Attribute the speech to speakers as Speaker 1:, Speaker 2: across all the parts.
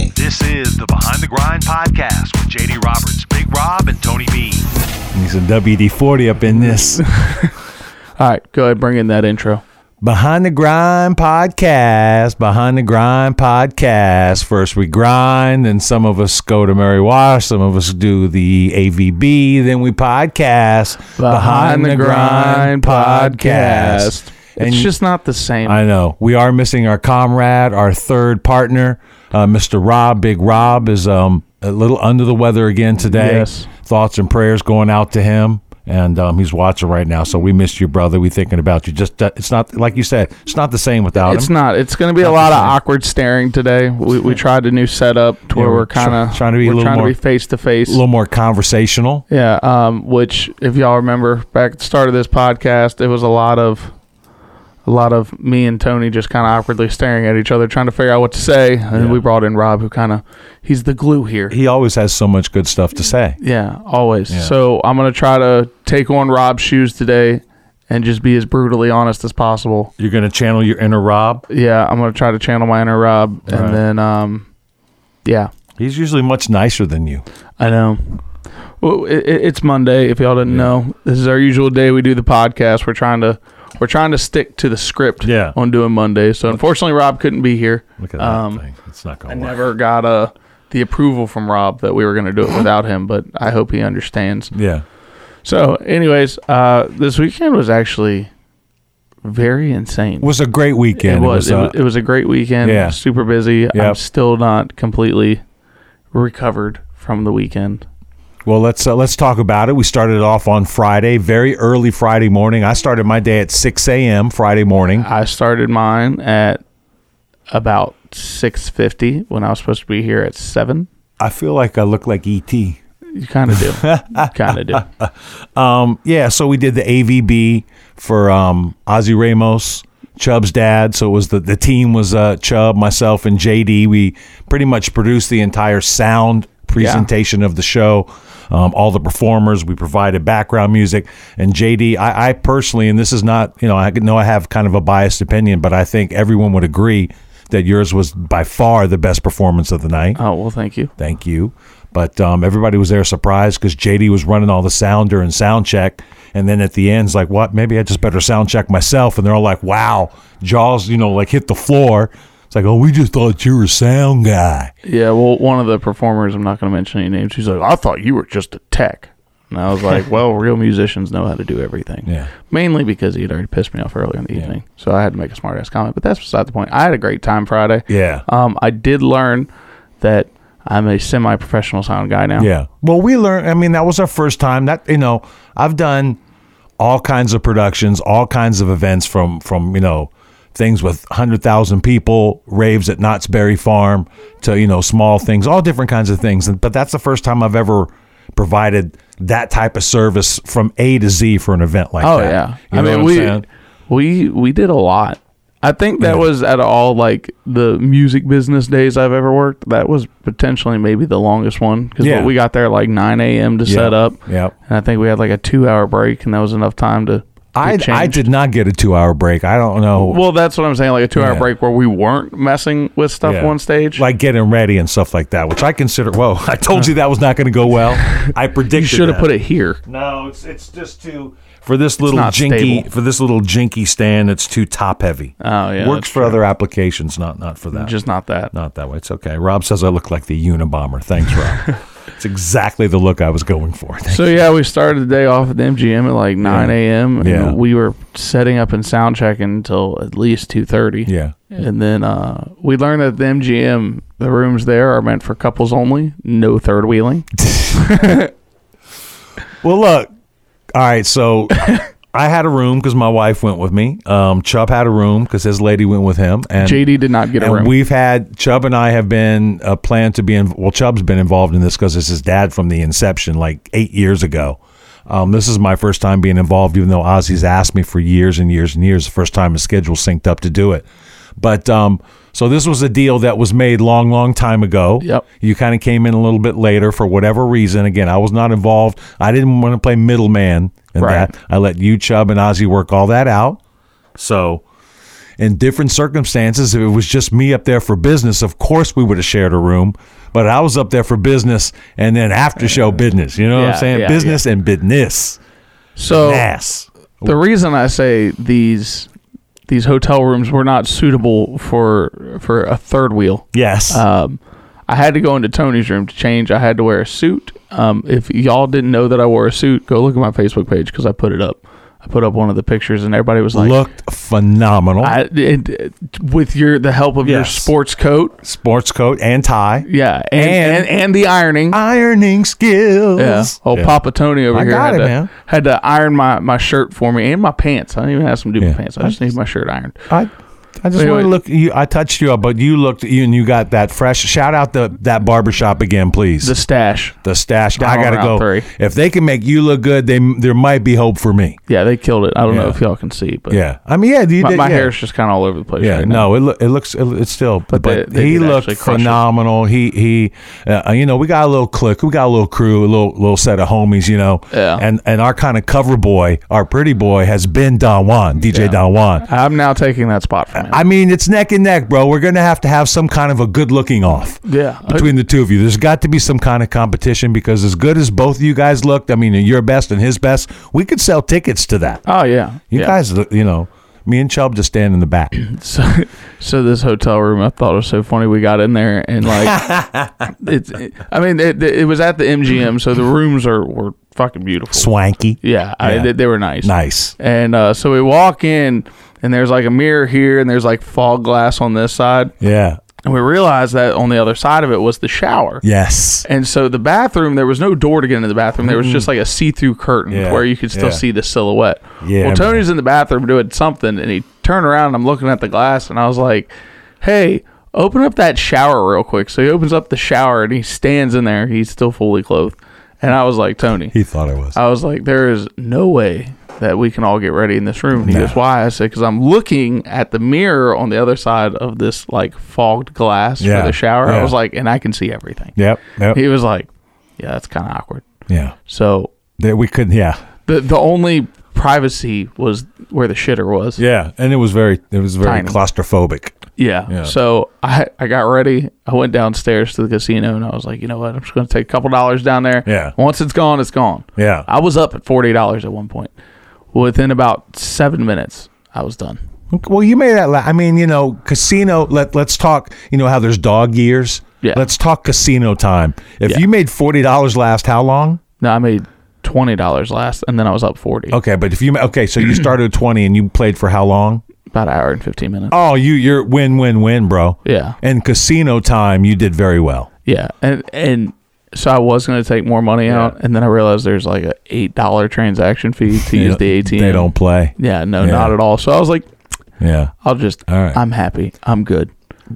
Speaker 1: is the Behind the Grind podcast with JD Roberts, Big Rob, and Tony B.
Speaker 2: Need some WD 40 up in this.
Speaker 3: All right, go ahead, bring in that intro.
Speaker 2: Behind the Grind podcast. Behind the Grind podcast. First we grind, then some of us go to Mary Wash, some of us do the AVB, then we podcast.
Speaker 3: Behind the Grind podcast.
Speaker 2: And
Speaker 3: it's just not the same.
Speaker 2: I know we are missing our comrade, our third partner, uh, Mr. Rob. Big Rob is um, a little under the weather again today.
Speaker 3: Yes.
Speaker 2: Thoughts and prayers going out to him, and um, he's watching right now. So we miss you, brother. We thinking about you. Just uh, it's not like you said. It's not the same without
Speaker 3: it's
Speaker 2: him.
Speaker 3: not. It's going to be a lot of awkward staring today. We, we tried a new setup to where
Speaker 2: we're
Speaker 3: we're kind
Speaker 2: try-
Speaker 3: of
Speaker 2: trying to be a little
Speaker 3: trying
Speaker 2: more-
Speaker 3: to be face to
Speaker 2: A
Speaker 3: face.
Speaker 2: little more conversational.
Speaker 3: Yeah. Um. Which, if y'all remember back at the start of this podcast, it was a lot of a lot of me and Tony just kind of awkwardly staring at each other, trying to figure out what to say. And
Speaker 2: Yeah.
Speaker 3: we brought in Rob, who kind of he's the glue here.
Speaker 2: He always has so much good stuff to say.
Speaker 3: Yeah, always.
Speaker 2: Yeah.
Speaker 3: So I'm gonna try to take on Rob's shoes today and just be as brutally honest as possible.
Speaker 2: You're gonna channel your inner Rob.
Speaker 3: Yeah, I'm gonna try to channel my inner Rob, and
Speaker 2: Right.
Speaker 3: then um, yeah,
Speaker 2: He's usually much nicer than you.
Speaker 3: I know. Well, it, it- it's Monday. If y'all didn't know, this is our usual day we do the podcast. We're trying to we're trying to stick to the script.
Speaker 2: Yeah.
Speaker 3: on doing Monday. So unfortunately, Rob couldn't be here.
Speaker 2: Look at that thing. It's not
Speaker 3: Um, I
Speaker 2: gonna work.
Speaker 3: never got uh the approval from Rob that we were gonna do it without him, but I hope he understands.
Speaker 2: yeah.
Speaker 3: So, anyways, uh, this weekend was actually very insane.
Speaker 2: It was a great weekend.
Speaker 3: it was. It
Speaker 2: uh,
Speaker 3: was, it was a great weekend.
Speaker 2: yeah.
Speaker 3: Super busy. I'm
Speaker 2: Yep.
Speaker 3: still not completely recovered from the weekend.
Speaker 2: Well, let's uh, let's talk about it. We started off on Friday, very early Friday morning. I started my day at 6 a.m. Friday morning.
Speaker 3: I started mine at about 6:50 when I was supposed to be here at 7.
Speaker 2: I feel like I look like E ET.
Speaker 3: You kind of do. kind of do.
Speaker 2: Um, yeah, so we did the AVB for um, Ozzy Ramos, Chubb's dad. So it was the the team was uh, Chubb, myself, and JD. We pretty much produced the entire sound presentation of the show. Um, all the performers, we provided background music, and JD. I, I personally, and this is not, you know, I know I have kind of a biased opinion, but I think everyone would agree that yours was by far the best performance of the night.
Speaker 3: Oh, well, thank you.
Speaker 2: Thank you. But um, everybody was there surprised because JD was running all the sound during sound check. And then at the end, it's like, what? Maybe I just better sound check myself. And they're all like, wow. Jaws, you know, like hit the floor. It's like, oh, we just thought you were a sound guy.
Speaker 3: Yeah, well, one of the performers, I'm not going to mention any names, she's like, I thought you were just a tech. And I was like, well, real musicians know how to do everything.
Speaker 2: Yeah.
Speaker 3: Mainly because he had already pissed me off earlier in the evening. So I had to make a smart ass comment, but that's beside the point. I had a great time Friday.
Speaker 2: Yeah.
Speaker 3: Um, I did learn that I'm a semi professional sound guy now.
Speaker 2: Yeah. Well, we learned. I mean, that was our first time. That you know, I've done all kinds of productions, all kinds of events from from you know things with hundred thousand people, raves at Knott's Berry Farm, to you know small things, all different kinds of things. And- But that's the first time I've ever provided that type of service from A to Z for an event like
Speaker 3: Oh,
Speaker 2: that.
Speaker 3: yeah.
Speaker 2: You know
Speaker 3: I mean,
Speaker 2: what I'm
Speaker 3: we,
Speaker 2: saying?
Speaker 3: we, we did a lot. I think that was at all like the music business days I've ever worked. That was potentially maybe the longest one because
Speaker 2: Yeah.
Speaker 3: we got there at like 9 a.m. to set
Speaker 2: Yeah.
Speaker 3: up.
Speaker 2: Yep.
Speaker 3: And I think we had like a two hour break, and that was enough time to.
Speaker 2: I, I did not get a two hour break. I don't know.
Speaker 3: Well, that's what I'm saying. Like a two hour
Speaker 2: Yeah.
Speaker 3: break where we weren't messing with stuff
Speaker 2: Yeah.
Speaker 3: on stage.
Speaker 2: like getting ready and stuff like that, which I consider. Whoa, I told you that was not going to go well. I predicted.
Speaker 3: you should have
Speaker 2: that.
Speaker 3: put it here.
Speaker 2: No, it's it's just too for this little
Speaker 3: not
Speaker 2: jinky
Speaker 3: stable.
Speaker 2: for this little jinky stand. It's too top heavy.
Speaker 3: Oh, yeah,
Speaker 2: works
Speaker 3: that's
Speaker 2: for other applications, not not for that.
Speaker 3: Just not that.
Speaker 2: not that way. It's okay. Rob says I look like the Unabomber. Thanks, Rob. it's exactly the look I was going for.
Speaker 3: So yeah, we started the day off at the MGM at like 9 a.m. and
Speaker 2: Yeah.
Speaker 3: we were setting up and sound checking until at least 2:30.
Speaker 2: yeah,
Speaker 3: And then uh, we learned that the MGM, the rooms there are meant for couples only, no third wheeling.
Speaker 2: Well, look. All right, so I had a room because my wife went with me. Um, Chubb had a room because his lady went with him. And
Speaker 3: JD did not get a
Speaker 2: and
Speaker 3: room.
Speaker 2: we've had Chubb and I have been uh, planned to be in. Well, Chubb's been involved in this because it's his dad from the inception, like eight years ago. Um, this is my first time being involved, even though Ozzy's asked me for years and years and years. The first time his schedule synced up to do it, but um, so this was a deal that was made long, long time ago.
Speaker 3: Yep.
Speaker 2: You kind of came in a little bit later for whatever reason. Again, I was not involved. I didn't want to play middleman in
Speaker 3: Right.
Speaker 2: that. I let you, Chubb, and Ozzy work all that out. So in different circumstances, if it was just me up there for business, of course we would have shared a room. But I was up there for business and then after show business. You know what
Speaker 3: Yeah,
Speaker 2: I'm saying?
Speaker 3: yeah,
Speaker 2: business and business.
Speaker 3: So
Speaker 2: Ass.
Speaker 3: the reason I say these these hotel rooms were not suitable for for a third wheel
Speaker 2: Yes.
Speaker 3: Um, I had to go into Tony's room to change. I had to wear a suit. Um, if y'all didn't know that I wore a suit, go look at my Facebook page because I put it up. I put up one of the pictures, and everybody was like,
Speaker 2: Looked phenomenal.
Speaker 3: I, it, it- with your the help of your
Speaker 2: Yes.
Speaker 3: sports coat,
Speaker 2: Sports coat and tie.
Speaker 3: yeah, and
Speaker 2: And-
Speaker 3: and, and, the ironing."
Speaker 2: Ironing skills.
Speaker 3: yeah. Oh, Papa Tony over
Speaker 2: I
Speaker 3: here
Speaker 2: got
Speaker 3: had,
Speaker 2: it,
Speaker 3: to,
Speaker 2: man.
Speaker 3: had to iron my, my shirt for me and my pants. I didn't even have some do my
Speaker 2: Yeah.
Speaker 3: pants. I just need my shirt ironed.
Speaker 2: I I just
Speaker 3: Wait,
Speaker 2: want
Speaker 3: wait.
Speaker 2: to look. You, I touched you up, but you looked you and you got that fresh. Shout out the that barbershop again, please.
Speaker 3: The
Speaker 2: The,
Speaker 3: stash.
Speaker 2: stash. I
Speaker 3: Down
Speaker 2: gotta
Speaker 3: on
Speaker 2: go.
Speaker 3: Route three.
Speaker 2: If they can make you look good, they there might be hope for me.
Speaker 3: Yeah, they killed it. I don't know
Speaker 2: Yeah.
Speaker 3: if y'all can see, but
Speaker 2: Yeah, I mean, yeah, you
Speaker 3: my,
Speaker 2: did,
Speaker 3: my
Speaker 2: yeah.
Speaker 3: hair's just kind of all over the place.
Speaker 2: Yeah,
Speaker 3: right now.
Speaker 2: no, it, loo- it looks it, it's still, but,
Speaker 3: they- they
Speaker 2: he
Speaker 3: did
Speaker 2: looked
Speaker 3: actually crush it.
Speaker 2: phenomenal. He he, uh, you know, we got a little clique, we got a little crew, a little little set of homies, you know,
Speaker 3: Yeah.
Speaker 2: and and our kind of cover boy, our pretty boy, has been Don Juan, DJ Don Juan.
Speaker 3: I'm now taking that spot from him.
Speaker 2: I mean, it's neck and neck, bro. We're gonna have to have some kind of a good looking off.
Speaker 3: Yeah.
Speaker 2: Between the two of you, there's got to be some kind of competition because as good as both of you guys looked, I mean, your best and his best, we could sell tickets to that.
Speaker 3: Oh yeah,
Speaker 2: You
Speaker 3: yeah.
Speaker 2: guys, look- you know, me and Chubb just stand in the back.
Speaker 3: So, so this hotel room, I thought was so funny. We got in there and like, it's. I mean, it, it was at the MGM, so the rooms are were fucking beautiful.
Speaker 2: Swanky,
Speaker 3: yeah, I,
Speaker 2: Yeah.
Speaker 3: they, they were nice.
Speaker 2: nice.
Speaker 3: And uh, so we walk in, and there's like a mirror here, and there's like fog glass on this side,
Speaker 2: Yeah.
Speaker 3: and we realized that on the other side of it was the shower.
Speaker 2: Yes.
Speaker 3: And so the bathroom, there was no door to get into the bathroom. There was just like a see-through curtain
Speaker 2: Mm-hmm. Yeah,
Speaker 3: where you could still
Speaker 2: yeah.
Speaker 3: see the silhouette.
Speaker 2: Yeah,
Speaker 3: Well, Tony's in the bathroom doing something, and he turned around. and I'm looking at the glass, and I was like, "Hey, open up that shower real quick." So he opens up the shower, and he stands in there. He's still fully clothed, and I was like, "Tony,
Speaker 2: He thought I was.
Speaker 3: I was like, there is no way." That we can all get ready in this room. And he
Speaker 2: No.
Speaker 3: goes, Why? I said, Because I'm looking at the mirror on the other side of this like fogged glass
Speaker 2: Yeah,
Speaker 3: for the shower. I
Speaker 2: yeah.
Speaker 3: was like, And I can see everything
Speaker 2: yep. Yep.
Speaker 3: he was like, "Yeah, that's kind of awkward."
Speaker 2: yeah.
Speaker 3: So
Speaker 2: That we couldn't. Yeah.
Speaker 3: the the only privacy was where the shitter was.
Speaker 2: Yeah. And it was very. It was very
Speaker 3: Tiny.
Speaker 2: claustrophobic.
Speaker 3: Yeah.
Speaker 2: Yeah.
Speaker 3: So I I got ready. I went downstairs to the casino and I was like, you know what? I'm just going to take a couple dollars down there.
Speaker 2: Yeah.
Speaker 3: Once it's gone, it's gone.
Speaker 2: Yeah.
Speaker 3: I was up at forty dollars at one point. Within about seven minutes, I was done.
Speaker 2: Well, you made that. La- I mean, you know, casino. Let Let's talk. You know how there's dog years.
Speaker 3: Yeah.
Speaker 2: Let's talk casino time. If
Speaker 3: Yeah.
Speaker 2: you made forty dollars last, how long?
Speaker 3: No, I made twenty dollars last, and then I was up forty.
Speaker 2: Okay, but if you ma- okay, so you started at twenty and you played for how long?
Speaker 3: About an hour and fifteen minutes.
Speaker 2: Oh, you you're win win win, bro.
Speaker 3: Yeah.
Speaker 2: And casino time, you did very well.
Speaker 3: Yeah, and and so I was going to take more money out, and then I realized there's like a eight dollar transaction fee to use the ATM.
Speaker 2: They don't play.
Speaker 3: Yeah, no,
Speaker 2: Yeah.
Speaker 3: not at all. So I was like,
Speaker 2: Yeah.
Speaker 3: I'll just.
Speaker 2: All right.
Speaker 3: I'm happy. I'm good.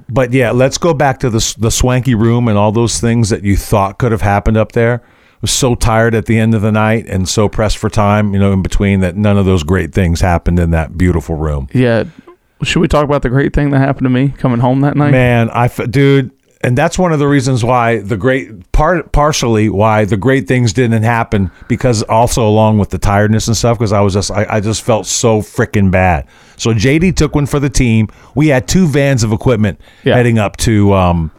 Speaker 2: But yeah, let's go back to the the swanky room and all those things that you thought could have happened up there. I was so tired at the end of the night and so pressed for time, you know, in between that none of those great things happened in that beautiful room.
Speaker 3: Yeah. Should we talk about the great thing that happened to me coming home that night?
Speaker 2: Man, I f- dude, and that's one of the reasons why the great part partially why the great things didn't happen because also along with the tiredness and stuff because I was just I, I just felt so freaking bad. So JD took one for the team. We had two vans of equipment
Speaker 3: Yeah.
Speaker 2: heading up to um,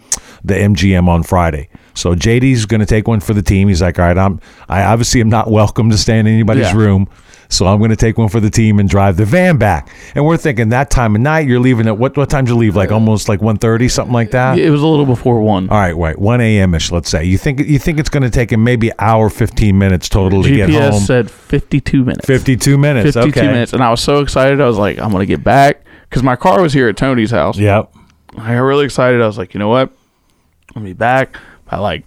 Speaker 2: the MGM on Friday. So JD's going to take one for the team. He's like, all right, I'm I obviously am not welcome to stay in anybody's
Speaker 3: Yeah.
Speaker 2: room room. So I'm going to take one for the team and drive the van back. And we're thinking that time of night, you're leaving at what? What time you leave? Like
Speaker 3: Uh,
Speaker 2: almost like 1.30, something like that.
Speaker 3: It was a little before one.
Speaker 2: All right, wait, 1 a.m. ish. Let's say you think you think it's going to take him maybe hour 15 minutes total to get
Speaker 3: GPS
Speaker 2: home.
Speaker 3: said 52 minutes.
Speaker 2: 52 minutes.
Speaker 3: 52
Speaker 2: okay.
Speaker 3: minutes, and I was so excited. I was like, I'm gonna get back because my car was here at Tony's house.
Speaker 2: Yep.
Speaker 3: I got really excited. I was like, you know what? I'll be back by like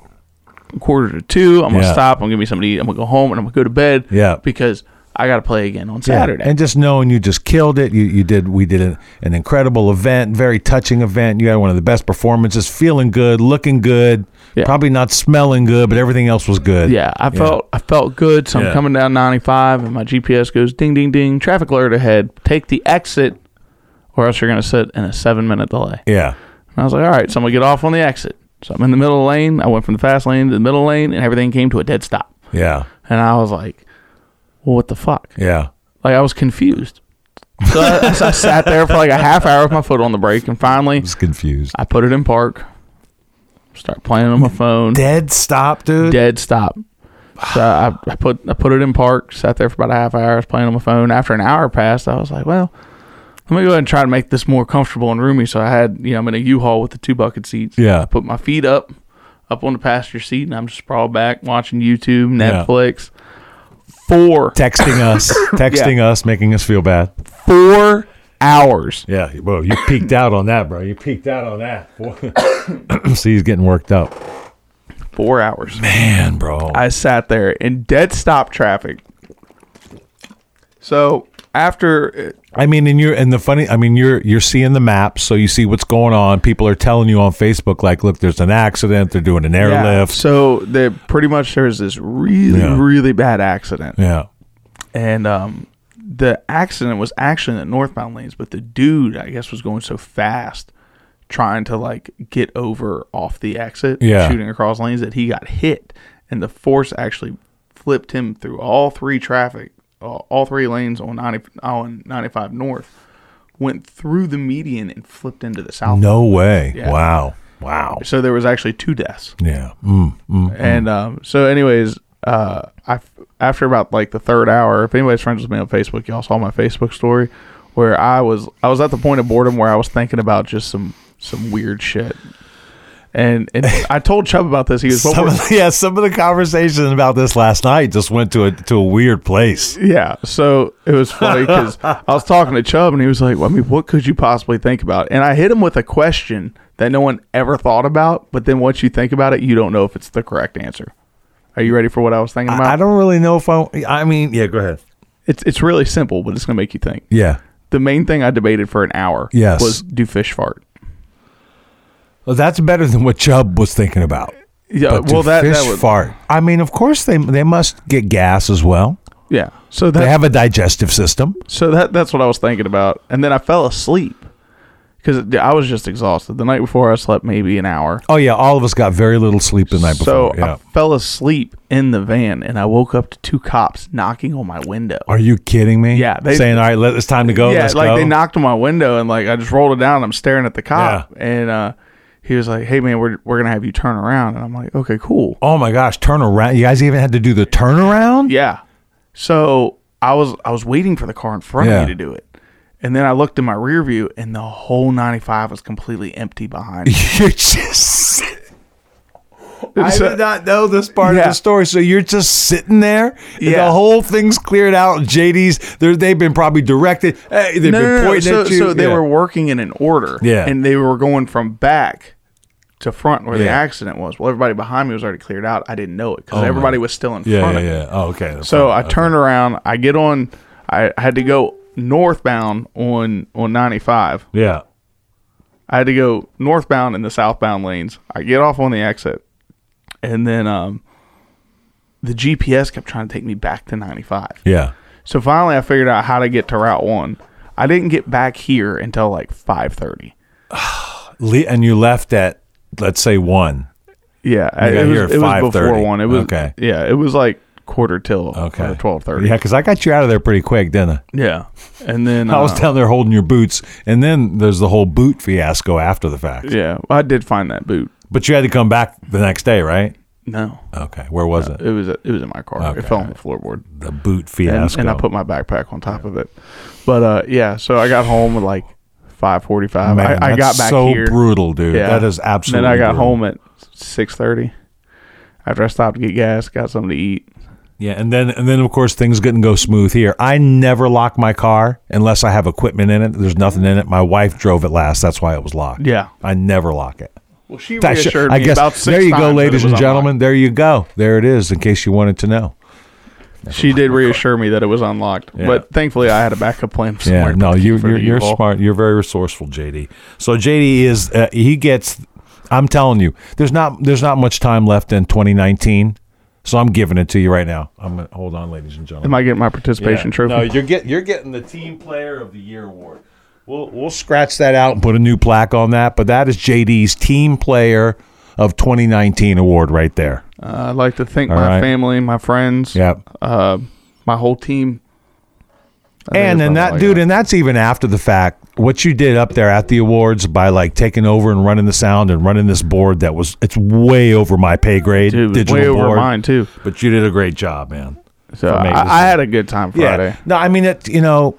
Speaker 3: quarter to two. I'm
Speaker 2: Yeah.
Speaker 3: gonna stop. I'm gonna give me something to eat. I'm gonna go home and I'm gonna go to bed.
Speaker 2: Yeah.
Speaker 3: Because I gotta play again on
Speaker 2: Yeah,
Speaker 3: Saturday.
Speaker 2: And just knowing you just killed it. You you did we did an, an incredible event, very touching event. You had one of the best performances, feeling good, looking good,
Speaker 3: Yeah.
Speaker 2: probably not smelling good, but everything else was good.
Speaker 3: yeah, I felt I felt good. So I'm
Speaker 2: Yeah.
Speaker 3: coming down 95, and my GPS goes ding ding ding. Traffic alert ahead. Take the exit, or else you're gonna sit in a seven minute delay.
Speaker 2: Yeah.
Speaker 3: And I was like, all right, so I'm gonna get off on the exit. So I'm in the middle lane. I went from the fast lane to the middle lane, and everything came to a dead stop.
Speaker 2: Yeah.
Speaker 3: And I was like, well, what the fuck?
Speaker 2: Yeah.
Speaker 3: Like I was confused. So I, so I sat there for like a half hour with my foot on the brake, and finally
Speaker 2: was confused.
Speaker 3: I put it in park. Start playing on my phone.
Speaker 2: Dead stop, dude.
Speaker 3: Dead stop. So I, I put I put it in park. Sat there for about a half hour. I was playing on my phone. After an hour passed, I was like, well, let me go ahead and try to make this more comfortable and roomy. So I had you know I'm in a U-Haul with the two bucket seats.
Speaker 2: Yeah.
Speaker 3: I put my feet up, up on the passenger seat, and I'm just sprawled back watching YouTube, Netflix. Four
Speaker 2: Texting us, texting us, making us feel bad.
Speaker 3: four hours.
Speaker 2: Yeah, bro, you peaked out on that, bro. You peaked out on that. See, he's getting worked up.
Speaker 3: Four hours.
Speaker 2: Man, bro.
Speaker 3: I sat there in dead stop traffic. So after
Speaker 2: I mean, and you're and the funny, I mean, you're you're seeing the maps, so you see what's going on. People are telling you on Facebook, like, look, there's an accident. They're doing an airlift.
Speaker 3: so there pretty much there was this really
Speaker 2: Yeah.
Speaker 3: really bad accident,
Speaker 2: Yeah.
Speaker 3: and um, the accident was actually in the northbound lanes, but the dude I guess was going so fast, trying to like get over off the exit,
Speaker 2: Yeah.
Speaker 3: shooting across lanes that he got hit, and the force actually flipped him through all three traffic, all, all three lanes on ninety on ninety five north, went through the median and flipped into the south.
Speaker 2: No way.
Speaker 3: Yeah.
Speaker 2: Wow. Wow.
Speaker 3: So there was actually two deaths.
Speaker 2: Yeah. Mm, mm.
Speaker 3: And um, so, anyways, uh, I after about like the third hour, if anybody's friends with me on Facebook, y'all saw my Facebook story where I was I was at the point of boredom where I was thinking about just some some weird shit. And and I told Chubb about this. He was what
Speaker 2: Some
Speaker 3: were-
Speaker 2: of the, yeah, some of the conversation about this last night just went to a to a weird place.
Speaker 3: yeah. So it was funny because I was talking to Chubb and he was like, well, I mean, what could you possibly think about? And I hit him with a question that no one ever thought about. But then once you think about it, you don't know if it's the correct answer. Are you ready for what I was thinking about?
Speaker 2: I, I don't really know if I. I mean, yeah. Go ahead.
Speaker 3: It's it's really simple, but it's gonna make you think.
Speaker 2: Yeah.
Speaker 3: The main thing I debated for an hour
Speaker 2: Yes.
Speaker 3: was do fish fart.
Speaker 2: Well, that's better than what Chubb was thinking about.
Speaker 3: Yeah,
Speaker 2: But
Speaker 3: well
Speaker 2: do
Speaker 3: that,
Speaker 2: fish
Speaker 3: that was
Speaker 2: fart. I mean, of course they they must get gas as well.
Speaker 3: yeah. So
Speaker 2: They
Speaker 3: that
Speaker 2: have a digestive system.
Speaker 3: so that that's what I was thinking about, and then I fell asleep because I was just exhausted. The night before, I slept maybe an hour.
Speaker 2: Oh yeah, all of us got very little sleep the night
Speaker 3: So
Speaker 2: before. Yeah.
Speaker 3: I fell asleep in the van, and I woke up to two cops knocking on my window.
Speaker 2: Are you kidding me?
Speaker 3: Yeah, they-
Speaker 2: saying all right, let, it's time to go.
Speaker 3: yeah,
Speaker 2: Oh, let's
Speaker 3: like
Speaker 2: go.
Speaker 3: they knocked on my window, and like I just rolled it down. And I'm staring at the cop, and uh, he was like, "Hey man, we're we're gonna have you turn around," and I'm like, "Okay, cool."
Speaker 2: oh my gosh, turn around! You guys even had to do the turnaround.
Speaker 3: Yeah. So I was I was waiting for the car in front
Speaker 2: Yeah.
Speaker 3: of me to do it. And then I looked in my rear view and the whole 95 was completely empty behind. me.
Speaker 2: You're just. I
Speaker 3: So-
Speaker 2: did not know this part of
Speaker 3: Yeah.
Speaker 2: the story. So you're just sitting there. and
Speaker 3: Yeah.
Speaker 2: The whole thing's cleared out. and JD's. they're- They've been probably directed. Hey, they've
Speaker 3: no,
Speaker 2: been
Speaker 3: no, no,
Speaker 2: pointing
Speaker 3: So,
Speaker 2: at you.
Speaker 3: so they
Speaker 2: Yeah.
Speaker 3: were working in an order.
Speaker 2: Yeah.
Speaker 3: And they were going from back to front where the
Speaker 2: Yeah. Oh,
Speaker 3: accident was. Well, everybody behind me was already cleared out. I didn't know it because
Speaker 2: my-
Speaker 3: everybody was still in
Speaker 2: Yeah,
Speaker 3: front
Speaker 2: yeah,
Speaker 3: of me.
Speaker 2: yeah. Oh, okay. that's
Speaker 3: So uh, I
Speaker 2: fine.
Speaker 3: turned around. I get on. I had to go northbound on on 95.
Speaker 2: Yeah.
Speaker 3: I had to go northbound in the southbound lanes. I get off on the exit, and then um, the GPS kept trying to take me back to 95.
Speaker 2: Yeah.
Speaker 3: So finally, I figured out how to get to Route One. I didn't get back here until like 5:30.
Speaker 2: Le- and you left at let's say one.
Speaker 3: Yeah, I-
Speaker 2: got
Speaker 3: it was,
Speaker 2: here at
Speaker 3: it was before
Speaker 2: 5:30.
Speaker 3: one. It was
Speaker 2: Okay.
Speaker 3: Yeah, it was like quarter till
Speaker 2: Okay.
Speaker 3: okay 12:30.
Speaker 2: Yeah, because I got you out of there pretty quick, didn't I?
Speaker 3: Yeah, and then
Speaker 2: I was
Speaker 3: uh,
Speaker 2: down there holding your boots, and then there's the whole boot fiasco after the fact.
Speaker 3: yeah, I did find that boot.
Speaker 2: But you had to come back the next day, right?
Speaker 3: No,
Speaker 2: Okay, where was it?
Speaker 3: it was it was in my car. It
Speaker 2: Okay.
Speaker 3: fell on the floorboard.
Speaker 2: The boot
Speaker 3: and,
Speaker 2: fiasco.
Speaker 3: and I put my backpack on top of it. But uh, yeah, so I got home at like five forty-five.
Speaker 2: Man,
Speaker 3: I, I got
Speaker 2: that's
Speaker 3: back
Speaker 2: so
Speaker 3: here.
Speaker 2: brutal, dude.
Speaker 3: Yeah.
Speaker 2: That is absolutely.
Speaker 3: Then I got
Speaker 2: brutal.
Speaker 3: home at six thirty. After I stopped to get gas, got something to eat.
Speaker 2: Yeah, and then and then of course things couldn't go smooth here. I never lock my car unless I have equipment in it. There's nothing in it. My wife drove it last. That's why it was locked.
Speaker 3: Yeah.
Speaker 2: I never lock it.
Speaker 3: Well, she
Speaker 2: I, should-
Speaker 3: reassured
Speaker 2: I
Speaker 3: me
Speaker 2: guess
Speaker 3: about six
Speaker 2: there you go,
Speaker 3: times that it
Speaker 2: ladies and
Speaker 3: was
Speaker 2: gentlemen. There you go. There it is. In case you wanted to know.
Speaker 3: unlocked. She did reassure me that it was unlocked,
Speaker 2: Yeah.
Speaker 3: but thankfully I had a backup plan.
Speaker 2: Yeah,
Speaker 3: Somewhere
Speaker 2: no, you,
Speaker 3: for
Speaker 2: you're,
Speaker 3: the
Speaker 2: you're
Speaker 3: U-Haul.
Speaker 2: smart. You're very resourceful, JD. So JD is uh, he gets. I'm telling you, there's not there's not much time left in 2019. So I'm giving it to you right now. I'm gonna hold on, ladies and gentlemen.
Speaker 3: Am I getting my participation trophy?
Speaker 2: No, you're get you're getting the team player of the year award. We'll we'll scratch that out and put a new plaque on that. But that is JD's team player of 2019 award right there.
Speaker 3: Uh, I'd like to thank
Speaker 2: All
Speaker 3: my
Speaker 2: right.
Speaker 3: family, my friends,
Speaker 2: Yep.
Speaker 3: uh, my whole team. think
Speaker 2: and
Speaker 3: it's
Speaker 2: then
Speaker 3: nothing
Speaker 2: that
Speaker 3: like
Speaker 2: dude, and that's even after the fact. What you did up there at the awards by like taking over and running the sound and running this board that was it's way over my pay grade.
Speaker 3: Dude, it was
Speaker 2: digital
Speaker 3: way over
Speaker 2: board.
Speaker 3: mine too.
Speaker 2: But you did a great job, man.
Speaker 3: So
Speaker 2: For me, it was-
Speaker 3: I, I had a good time Friday.
Speaker 2: No, I mean it. You know,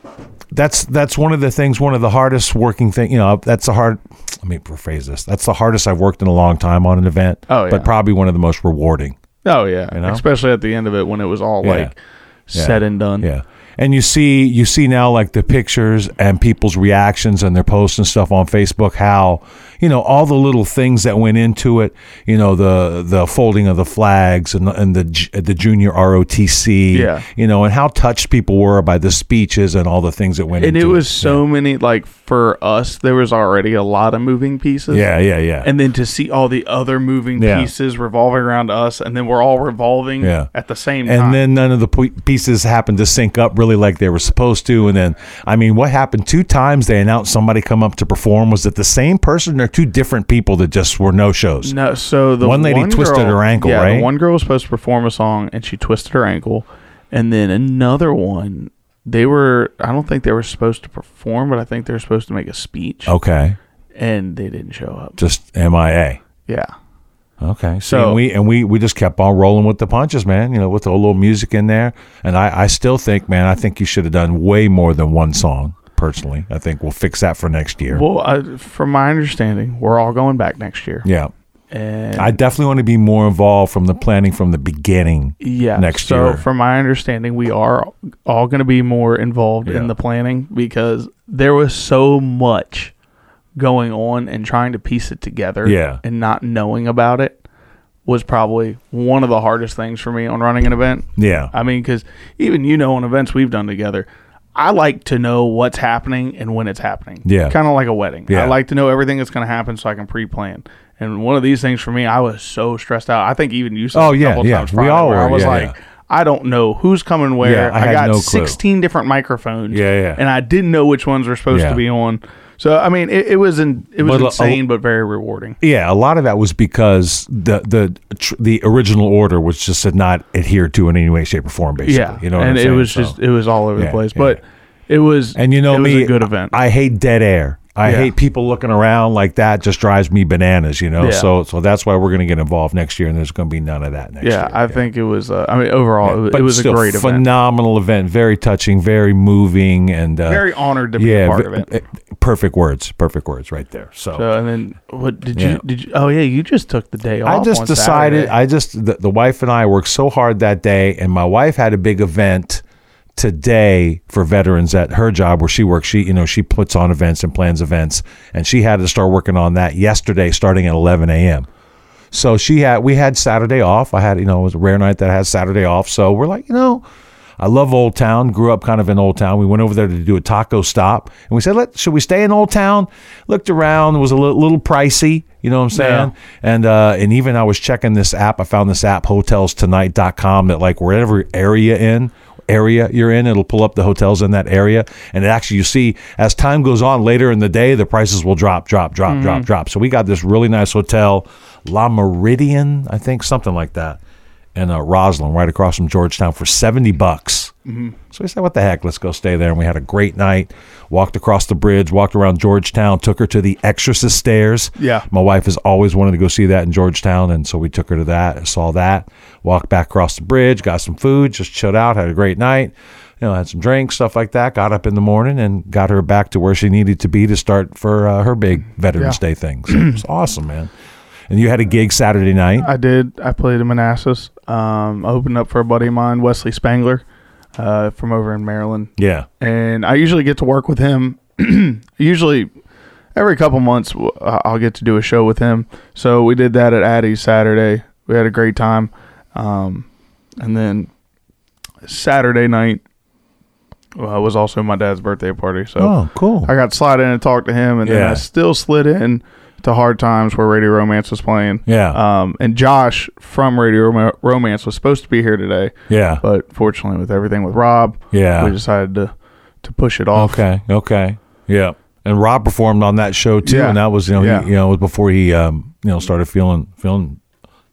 Speaker 2: that's that's one of the things. One of the hardest working thing. You know, that's the hard. Let me rephrase this. That's the hardest I've worked in a long time on an event.
Speaker 3: Oh, yeah.
Speaker 2: but probably one of the most rewarding.
Speaker 3: Oh yeah,
Speaker 2: know?
Speaker 3: especially at the end of it when it was all
Speaker 2: Yeah.
Speaker 3: like said and done.
Speaker 2: Yeah. And you see you see now like the pictures and people's reactions and their posts and stuff on Facebook how you know all the little things that went into it, you know the the folding of the flags and the, and the ju- the junior ROTC,
Speaker 3: Yeah.
Speaker 2: you know, and how touched people were by the speeches and all the things that went
Speaker 3: And it
Speaker 2: into
Speaker 3: was so many like for us there was already a lot of moving pieces.
Speaker 2: Yeah, yeah, yeah.
Speaker 3: And then to see all the other moving
Speaker 2: Yeah.
Speaker 3: pieces revolving around us and then we're all revolving
Speaker 2: Yeah.
Speaker 3: at the same time.
Speaker 2: and then none of the pu- pieces happened to sync up really like they were supposed to. And then, I mean, what happened two times they announced somebody come up to perform was it the same person or two different people that just were no shows?
Speaker 3: No, so the
Speaker 2: One lady twisted
Speaker 3: girl-
Speaker 2: her ankle,
Speaker 3: yeah, the
Speaker 2: right?
Speaker 3: one girl was supposed to perform a song and she twisted her ankle, and then another one. They were. I don't think they were supposed to perform, but I think they were supposed to make a speech,
Speaker 2: Okay,
Speaker 3: and they didn't show up.
Speaker 2: just MIA.
Speaker 3: Yeah,
Speaker 2: Okay, so
Speaker 3: So-
Speaker 2: and we and we we just kept on rolling with the punches, man. You know, with a little music in there, and I I still think, man, I think you should have done way more than one song. Personally, I think we'll fix that for next year.
Speaker 3: Well, I, from my understanding, we're all going back next year.
Speaker 2: yeah,
Speaker 3: And
Speaker 2: I definitely want to be more involved from the planning from the beginning.
Speaker 3: yeah,
Speaker 2: next
Speaker 3: so
Speaker 2: year.
Speaker 3: from my understanding, we are all going to be more involved
Speaker 2: Yeah.
Speaker 3: in the planning because there was so much going on and trying to piece it together.
Speaker 2: Yeah.
Speaker 3: and not knowing about it was probably one of the hardest things for me on running an event.
Speaker 2: Yeah,
Speaker 3: I mean, because even you know, on events we've done together, I like to know what's happening and when it's happening.
Speaker 2: Yeah.
Speaker 3: Kind of like a wedding.
Speaker 2: Yeah.
Speaker 3: I like to know everything that's going to happen so I can pre plan. And one of these things for me, I was so stressed out. I think even you said
Speaker 2: Oh,
Speaker 3: it a
Speaker 2: yeah,
Speaker 3: couple
Speaker 2: yeah.
Speaker 3: times
Speaker 2: We
Speaker 3: Friday
Speaker 2: all
Speaker 3: where I
Speaker 2: were,
Speaker 3: was
Speaker 2: yeah,
Speaker 3: like,
Speaker 2: yeah.
Speaker 3: I don't know who's coming where.
Speaker 2: Yeah, I
Speaker 3: I,
Speaker 2: had
Speaker 3: got
Speaker 2: no clue.
Speaker 3: 16 different microphones.
Speaker 2: Yeah, yeah.
Speaker 3: And I didn't know which ones were supposed
Speaker 2: Yeah.
Speaker 3: to be on. So I mean, it, it was in, it was
Speaker 2: But, uh,
Speaker 3: insane, but very rewarding.
Speaker 2: Yeah, a lot of that was because the the tr- the original order was just not adhered to in any way, shape, or form. Basically,
Speaker 3: Yeah,
Speaker 2: you know, what I'm
Speaker 3: and it
Speaker 2: saying?
Speaker 3: was
Speaker 2: So-
Speaker 3: just it was all over
Speaker 2: Yeah,
Speaker 3: the place,
Speaker 2: yeah.
Speaker 3: but it was
Speaker 2: and you know
Speaker 3: it was
Speaker 2: me,
Speaker 3: a good event.
Speaker 2: I hate dead air. I
Speaker 3: Yeah.
Speaker 2: hate people looking around like that. Just drives me bananas, you know.
Speaker 3: Yeah.
Speaker 2: So so that's why we're going to get involved next year, and there's going to be none of that next year.
Speaker 3: yeah, I think it was. Uh, I mean, overall, it was, it
Speaker 2: But
Speaker 3: was a
Speaker 2: still,
Speaker 3: great event.
Speaker 2: phenomenal event. Very touching, very moving, and uh,
Speaker 3: Very honored to be
Speaker 2: yeah,
Speaker 3: a part
Speaker 2: ve-
Speaker 3: of it.
Speaker 2: eh, perfect words, perfect words, right there. So.
Speaker 3: So, and then what did
Speaker 2: Yeah.
Speaker 3: you? Did you? Oh yeah, you just took the day off.
Speaker 2: I just
Speaker 3: on
Speaker 2: decided.
Speaker 3: Saturday.
Speaker 2: I just the, the wife and I worked so hard that day, and my wife had a big event today for veterans at her job where she works. She you know she puts on events and plans events, and she had to start working on that yesterday, starting at 11 a.m. So she had we had Saturday off. I had you know it was a rare night that I had Saturday off. So we're like you know. I love Old Town. Grew up kind of in Old Town. We went over there to do a taco stop, and we said, "Let should we stay in Old Town?" Looked around, it was a little, little pricey. You know what I'm saying? And uh, and even I was checking this app. I found this app, HotelsTonight.com, that like wherever area in area you're in, it'll pull up the hotels in that area. And it actually, you see, as time goes on later in the day, the prices will drop, drop, drop, drop, drop. So we got this really nice hotel, La Meridian, I think, something like that in uh, Roslyn, right across from Georgetown, for seventy bucks. So we said, "What the heck? Let's go stay there." And we had a great night. Walked across the bridge, walked around Georgetown, took her to the Exorcist stairs.
Speaker 3: Yeah.
Speaker 2: my wife has always wanted to go see that in Georgetown, and so we took her to that. Saw that. Walked back across the bridge, got some food, just chilled out, had a great night. You know, had some drinks, stuff like that. Got up in the morning and got her back to where she needed to be to start for uh, her big Veterans Day thing. So it was awesome, man. And you had a gig Saturday night.
Speaker 3: I did. I played in Manassas. Um, I opened up for a buddy of mine, Wesley Spangler, uh, from over in Maryland.
Speaker 2: yeah.
Speaker 3: and I usually get to work with him. usually, every couple months, w- I- I'll get to do a show with him. So we did that at Addie's Saturday. We had a great time, um, and then Saturday night uh, was also my dad's birthday party. So
Speaker 2: Oh, cool.
Speaker 3: I got to slide in and talk to him, and then
Speaker 2: Yeah.
Speaker 3: I still slid in to Hard Times where Radio Romance was playing.
Speaker 2: Yeah.
Speaker 3: Um, and Josh from Radio Rom- Romance was supposed to be here today.
Speaker 2: Yeah.
Speaker 3: But fortunately, with everything with Rob,
Speaker 2: Yeah.
Speaker 3: Uh, we decided to to push it off.
Speaker 2: Okay. Okay. Yeah. And Rob performed on that show too,
Speaker 3: Yeah.
Speaker 2: and that was you know
Speaker 3: Yeah.
Speaker 2: he, you know it was before he um you know started feeling feeling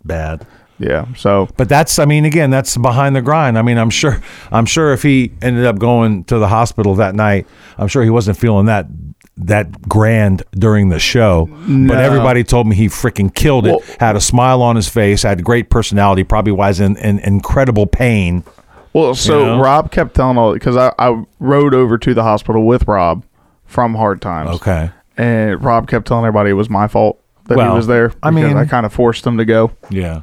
Speaker 2: bad.
Speaker 3: Yeah. So
Speaker 2: But that's, I mean, again, that's behind the grind. I mean, I'm sure, I'm sure if he ended up going to the hospital that night, I'm sure he wasn't feeling that that grand during the show. But everybody told me he freaking killed it.
Speaker 3: Well-
Speaker 2: had a smile on his face. Had great personality. Probably was in, in incredible pain.
Speaker 3: Well, so
Speaker 2: know?
Speaker 3: Rob kept telling all because I, I rode over to the hospital with Rob from Hard Times.
Speaker 2: Okay.
Speaker 3: and Rob kept telling everybody it was my fault that
Speaker 2: Well,
Speaker 3: he was there.
Speaker 2: I
Speaker 3: because
Speaker 2: mean-
Speaker 3: I kind of forced him to go.
Speaker 2: Yeah.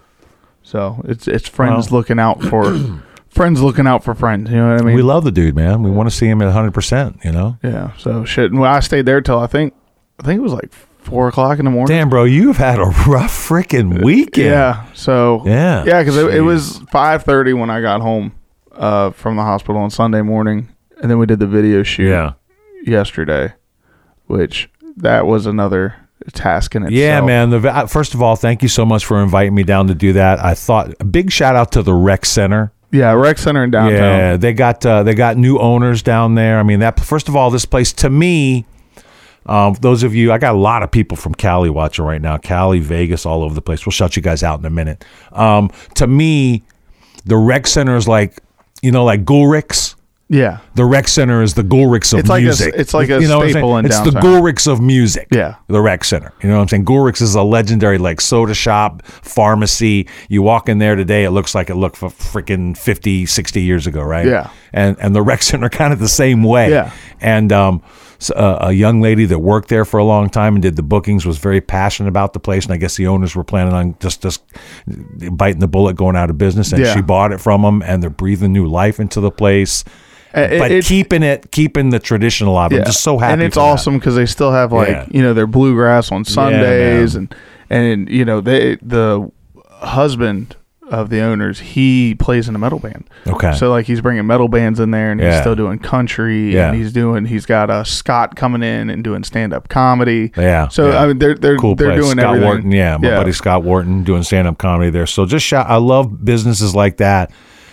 Speaker 3: So it's it's friends looking out for friends looking out for friends. You know what I mean?
Speaker 2: We love the dude, man. We want to see him at 100. percent You know.
Speaker 3: yeah. So shit. And I stayed there till I think I think it was like four o'clock in the morning.
Speaker 2: Damn, bro, you've had a rough freaking weekend.
Speaker 3: Uh, Yeah. So
Speaker 2: Yeah.
Speaker 3: yeah, because it, it
Speaker 2: Jeez.
Speaker 3: was five thirty when I got home uh, from the hospital on Sunday morning, and then we did the video shoot
Speaker 2: Yeah.
Speaker 3: yesterday, which that was another task in itself.
Speaker 2: Yeah, man. The va- first of all, thank you so much for inviting me down to do that. I thought a big shout out to the rec center.
Speaker 3: Yeah, rec center in downtown.
Speaker 2: Yeah, they got uh, they got new owners down there. I mean, that first of all, this place to me. Um, those of you, I got a lot of people from Cali watching right now. Cali, Vegas, all over the place. We'll shout you guys out in a minute. Um, to me, the rec center is like, you know, like Gulric's.
Speaker 3: Yeah.
Speaker 2: The rec center is the Gulric's of
Speaker 3: It's like a-
Speaker 2: music.
Speaker 3: it's like a
Speaker 2: what I'm
Speaker 3: staple
Speaker 2: saying?
Speaker 3: in
Speaker 2: It's the
Speaker 3: downtown.
Speaker 2: Gulric's of music.
Speaker 3: Yeah.
Speaker 2: The rec center. You know what I'm saying? Gulric's is a legendary like soda shop, pharmacy. You walk in there today, it looks like it looked for freaking 50, 60 years ago, right?
Speaker 3: Yeah.
Speaker 2: And and the rec center kind of the same way.
Speaker 3: Yeah.
Speaker 2: And um, s- a, a young lady that worked there for a long time and did the bookings was very passionate about the place, and I guess the owners were planning on just just biting the bullet, going out of business, and
Speaker 3: Yeah.
Speaker 2: she bought it from them, and they're breathing new life into the place
Speaker 3: A-
Speaker 2: but
Speaker 3: it's-
Speaker 2: keeping it, keeping the tradition alive.
Speaker 3: Yeah.
Speaker 2: I'm just so happy.
Speaker 3: And it's
Speaker 2: for that.
Speaker 3: awesome because they still have like
Speaker 2: Yeah.
Speaker 3: you know their bluegrass on Sundays and and you know they the husband of the owners he plays in a metal band.
Speaker 2: Okay.
Speaker 3: So like he's bringing metal bands in there and he's
Speaker 2: Yeah.
Speaker 3: still doing country
Speaker 2: Yeah.
Speaker 3: and he's doing he's got uh, Scott coming in and doing stand up comedy.
Speaker 2: Yeah,
Speaker 3: So
Speaker 2: yeah.
Speaker 3: I mean they're they're
Speaker 2: Cool
Speaker 3: they're
Speaker 2: place.
Speaker 3: doing
Speaker 2: Scott
Speaker 3: everything.
Speaker 2: Wharton, yeah, my buddy Scott Wharton doing stand up comedy there. So just shout. I love businesses like that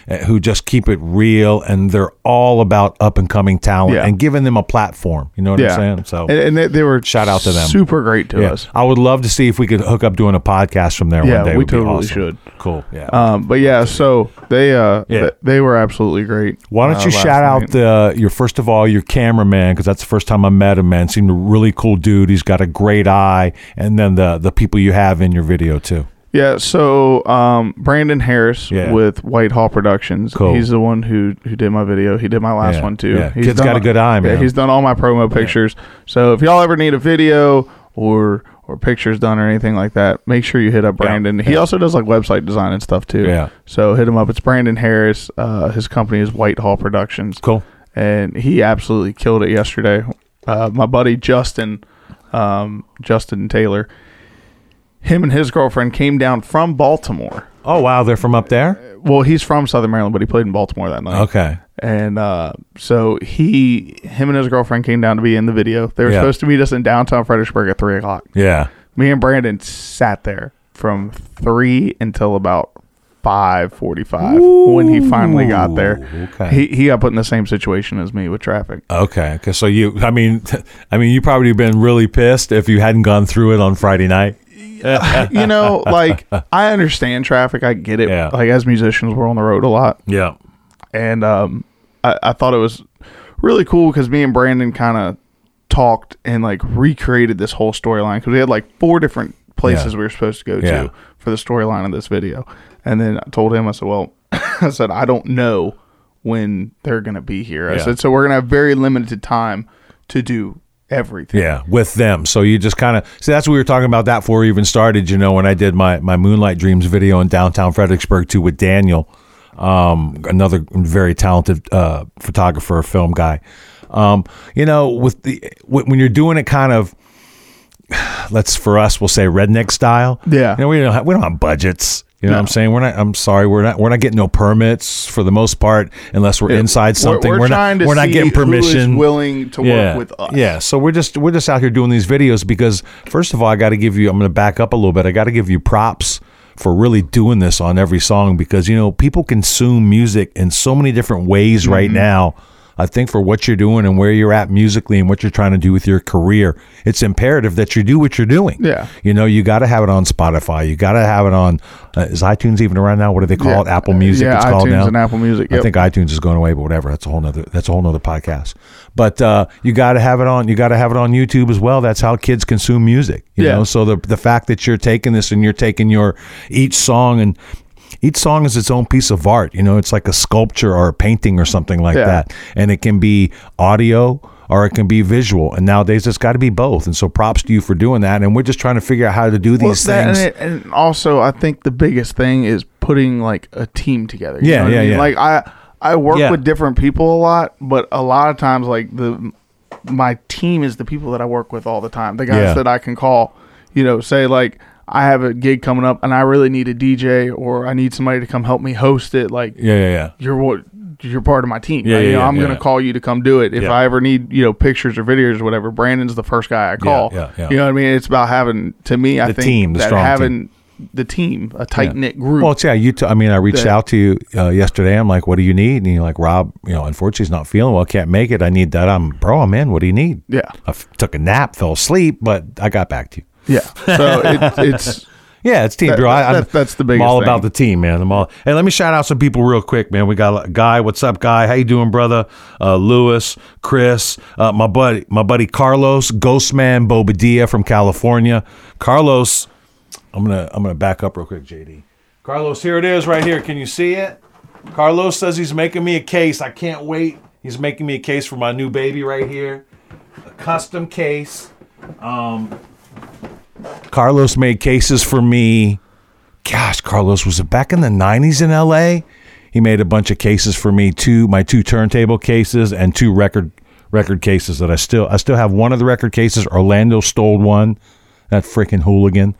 Speaker 2: uh, who just keep it real and they're all about up and coming talent
Speaker 3: Yeah.
Speaker 2: and giving them a platform. You know what
Speaker 3: Yeah.
Speaker 2: I'm saying? So
Speaker 3: and, and they, they were
Speaker 2: Shout out to them.
Speaker 3: Super great to
Speaker 2: yeah.
Speaker 3: us.
Speaker 2: I would love to see if we could hook up doing a podcast from there
Speaker 3: Yeah,
Speaker 2: one day. It
Speaker 3: we
Speaker 2: would be
Speaker 3: totally
Speaker 2: awesome.
Speaker 3: should.
Speaker 2: Cool. Yeah.
Speaker 3: Um, but yeah, so they uh
Speaker 2: Yeah.
Speaker 3: th- they were absolutely great.
Speaker 2: Why don't
Speaker 3: uh,
Speaker 2: you
Speaker 3: last
Speaker 2: shout
Speaker 3: night.
Speaker 2: out the uh, your first of all your cameraman because that's the first time I met him. Man, seemed a really cool dude. He's got a great eye, and then the the people you have in your video too.
Speaker 3: Yeah, so um, Brandon Harris
Speaker 2: Yeah.
Speaker 3: with Whitehall Productions.
Speaker 2: Cool.
Speaker 3: He's the one who who did my video. He did my last
Speaker 2: Yeah,
Speaker 3: one too.
Speaker 2: yeah.
Speaker 3: He's
Speaker 2: Kid's got a good eye,
Speaker 3: yeah,
Speaker 2: man.
Speaker 3: he's done all my promo pictures. So if y'all ever need a video or or pictures done or anything like that, make sure you hit up Brandon. He also does like website design and stuff too.
Speaker 2: Yeah.
Speaker 3: So hit him up. It's Brandon Harris. Uh, his company is Whitehall Productions.
Speaker 2: Cool.
Speaker 3: And he absolutely killed it yesterday. Uh, my buddy Justin, um, Justin Taylor, him and his girlfriend came down from Baltimore.
Speaker 2: Oh wow, they're from up there.
Speaker 3: Well, he's from Southern Maryland, but he played in Baltimore that night.
Speaker 2: Okay.
Speaker 3: And uh, so he, him and his girlfriend came down to be in the video. They were
Speaker 2: Yeah.
Speaker 3: supposed to meet us in downtown Fredericksburg at three o'clock.
Speaker 2: Yeah.
Speaker 3: Me and Brandon sat there from three until about five forty-five when he finally got there.
Speaker 2: okay.
Speaker 3: He he got put in the same situation as me with traffic.
Speaker 2: Okay. 'Cause so you, I mean, I mean, you probably been really pissed if you hadn't gone through it on Friday night.
Speaker 3: you know, like I understand traffic. I get it.
Speaker 2: Yeah.
Speaker 3: Like as musicians, we're on the road a lot,
Speaker 2: Yeah.
Speaker 3: and um, I, I thought it was really cool because me and Brandon kind of talked and like recreated this whole storyline because we had like four different places
Speaker 2: Yeah.
Speaker 3: we were supposed to go
Speaker 2: Yeah.
Speaker 3: to for the storyline of this video, and then I told him, I said, well, I said I don't know when they're gonna be here. I
Speaker 2: Yeah.
Speaker 3: said, so we're gonna have very limited time to do everything.
Speaker 2: Yeah, with them. So you just kind of see that's what we were talking about that before we even started. You know, when I did my my Moonlight Dreams video in downtown Fredericksburg too with Daniel, um, another very talented uh, photographer, film guy. Um, you know, with the when when you're doing it kind of. Let's for us, we'll say redneck style.
Speaker 3: Yeah.
Speaker 2: you know, we don't have, we don't have budgets. You know
Speaker 3: No.
Speaker 2: what I'm saying? We're not. I'm sorry, we're not. We're not getting no permits for the most part, unless we're inside something.
Speaker 3: We're, we're, trying
Speaker 2: not.
Speaker 3: to
Speaker 2: we're not
Speaker 3: see
Speaker 2: getting permission.
Speaker 3: Who is willing to
Speaker 2: yeah.
Speaker 3: work with us.
Speaker 2: Yeah, so we're just we're just out here doing these videos because first of all, I got to give you. I'm going to back up a little bit. I got to give you props for really doing this
Speaker 3: Mm-hmm.
Speaker 2: on every song because you know people consume music in so many different ways right now. I think for what you're doing and where you're at musically and what you're trying to do with your career, it's imperative that you do what you're doing.
Speaker 3: Yeah.
Speaker 2: You know, you got to have it on Spotify. You got to have it on. Uh, is iTunes even around now? What do they call
Speaker 3: Yeah.
Speaker 2: it? Apple Music.
Speaker 3: Yeah,
Speaker 2: it's called
Speaker 3: iTunes
Speaker 2: now.
Speaker 3: and Apple Music,
Speaker 2: I
Speaker 3: yep.
Speaker 2: think iTunes is going away, but whatever. That's a whole nother. That's a whole nother podcast. But uh, you got to have it on. You got to have it on YouTube as well. That's how kids consume music. You
Speaker 3: Yeah.
Speaker 2: know, so the the fact that you're taking this and you're taking your each song and each song is its own piece of art. You know, it's like a sculpture or a painting or something like
Speaker 3: Yeah.
Speaker 2: that, and it can be audio. Or it can be visual, and nowadays it's got to be both. And so, props to you for doing that. And we're just trying to figure out how to do
Speaker 3: Well,
Speaker 2: these
Speaker 3: that-
Speaker 2: things.
Speaker 3: And, it, and also, I think the biggest thing is putting like a team together. you
Speaker 2: Yeah,
Speaker 3: know what I
Speaker 2: yeah,
Speaker 3: mean?
Speaker 2: yeah.
Speaker 3: Like I, I work
Speaker 2: Yeah.
Speaker 3: with different people a lot, but a lot of times, like the my team is the people that I work with all the time. The guys
Speaker 2: Yeah.
Speaker 3: that I can call. You know, say like I have a gig coming up, and I really need a DJ, or I need somebody to come help me host it. Like
Speaker 2: yeah, yeah, yeah.
Speaker 3: you're what you're part of my team.
Speaker 2: Yeah,
Speaker 3: Like,
Speaker 2: yeah,
Speaker 3: you know,
Speaker 2: yeah,
Speaker 3: I'm
Speaker 2: yeah.
Speaker 3: gonna call you to come do it. If
Speaker 2: Yeah.
Speaker 3: I ever need, you know, pictures or videos or whatever, Brandon's the first guy I call.
Speaker 2: yeah, yeah.
Speaker 3: You know what I mean? It's about having to me, I
Speaker 2: The
Speaker 3: think
Speaker 2: team, the
Speaker 3: that
Speaker 2: strong
Speaker 3: having the team, a tight knit group.
Speaker 2: Well, it's, yeah, you. T- I mean, I reached
Speaker 3: that-
Speaker 2: out to you uh, yesterday. I'm like, "What do you need?" And you're like, "Rob, you know, unfortunately, he's not feeling well. Can't make it. I need that." I'm, bro, I'm in. What do you need?
Speaker 3: Yeah.
Speaker 2: I f- took a nap, fell asleep, but I got back to you.
Speaker 3: yeah. So it, it's
Speaker 2: Yeah, it's team,
Speaker 3: That-
Speaker 2: bro. I, I'm-
Speaker 3: that- that's the biggest
Speaker 2: I'm all
Speaker 3: thing.
Speaker 2: about the team, man. I'm all. Hey, let me shout out some people real quick, man. We got a guy. What's up, guy? How you doing, brother? Uh, Lewis, Chris, uh, my buddy, my buddy Carlos Ghostman Bobadilla from California. Carlos, I'm gonna I'm gonna back up real quick, JD. Carlos, here it is, right here. Can you see it? Carlos says he's making me a case. I can't wait. He's making me a case for my new baby right here, a custom case. Carlos made cases for me. Gosh, Carlos was it back in the '90s in LA? He made a bunch of cases for me, two my two turntable cases and two record record cases that I still I still have one of the record cases. Orlando stole one, that freaking hooligan,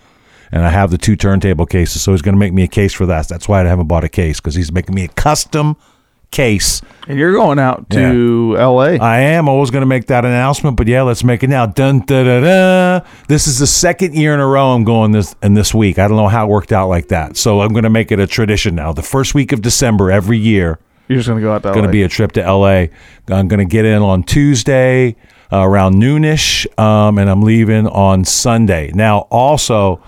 Speaker 2: and I have the two turntable cases. So he's going to make me a case for that. That's why I haven't bought a case because he's making me a custom case.
Speaker 3: and you're going out to LA.
Speaker 2: I am always going to make that announcement, but yeah, let's make it now. Dun da da da. This is the second year in a row I'm going this and this week. I don't know how it worked out like that, so I'm going to make it a tradition now. The first week of December every year,
Speaker 3: you're just gonna go out to
Speaker 2: going
Speaker 3: LA.
Speaker 2: to be a trip to LA. I'm going to get in on Tuesday uh, around noonish, um, and I'm leaving on Sunday. Now, also,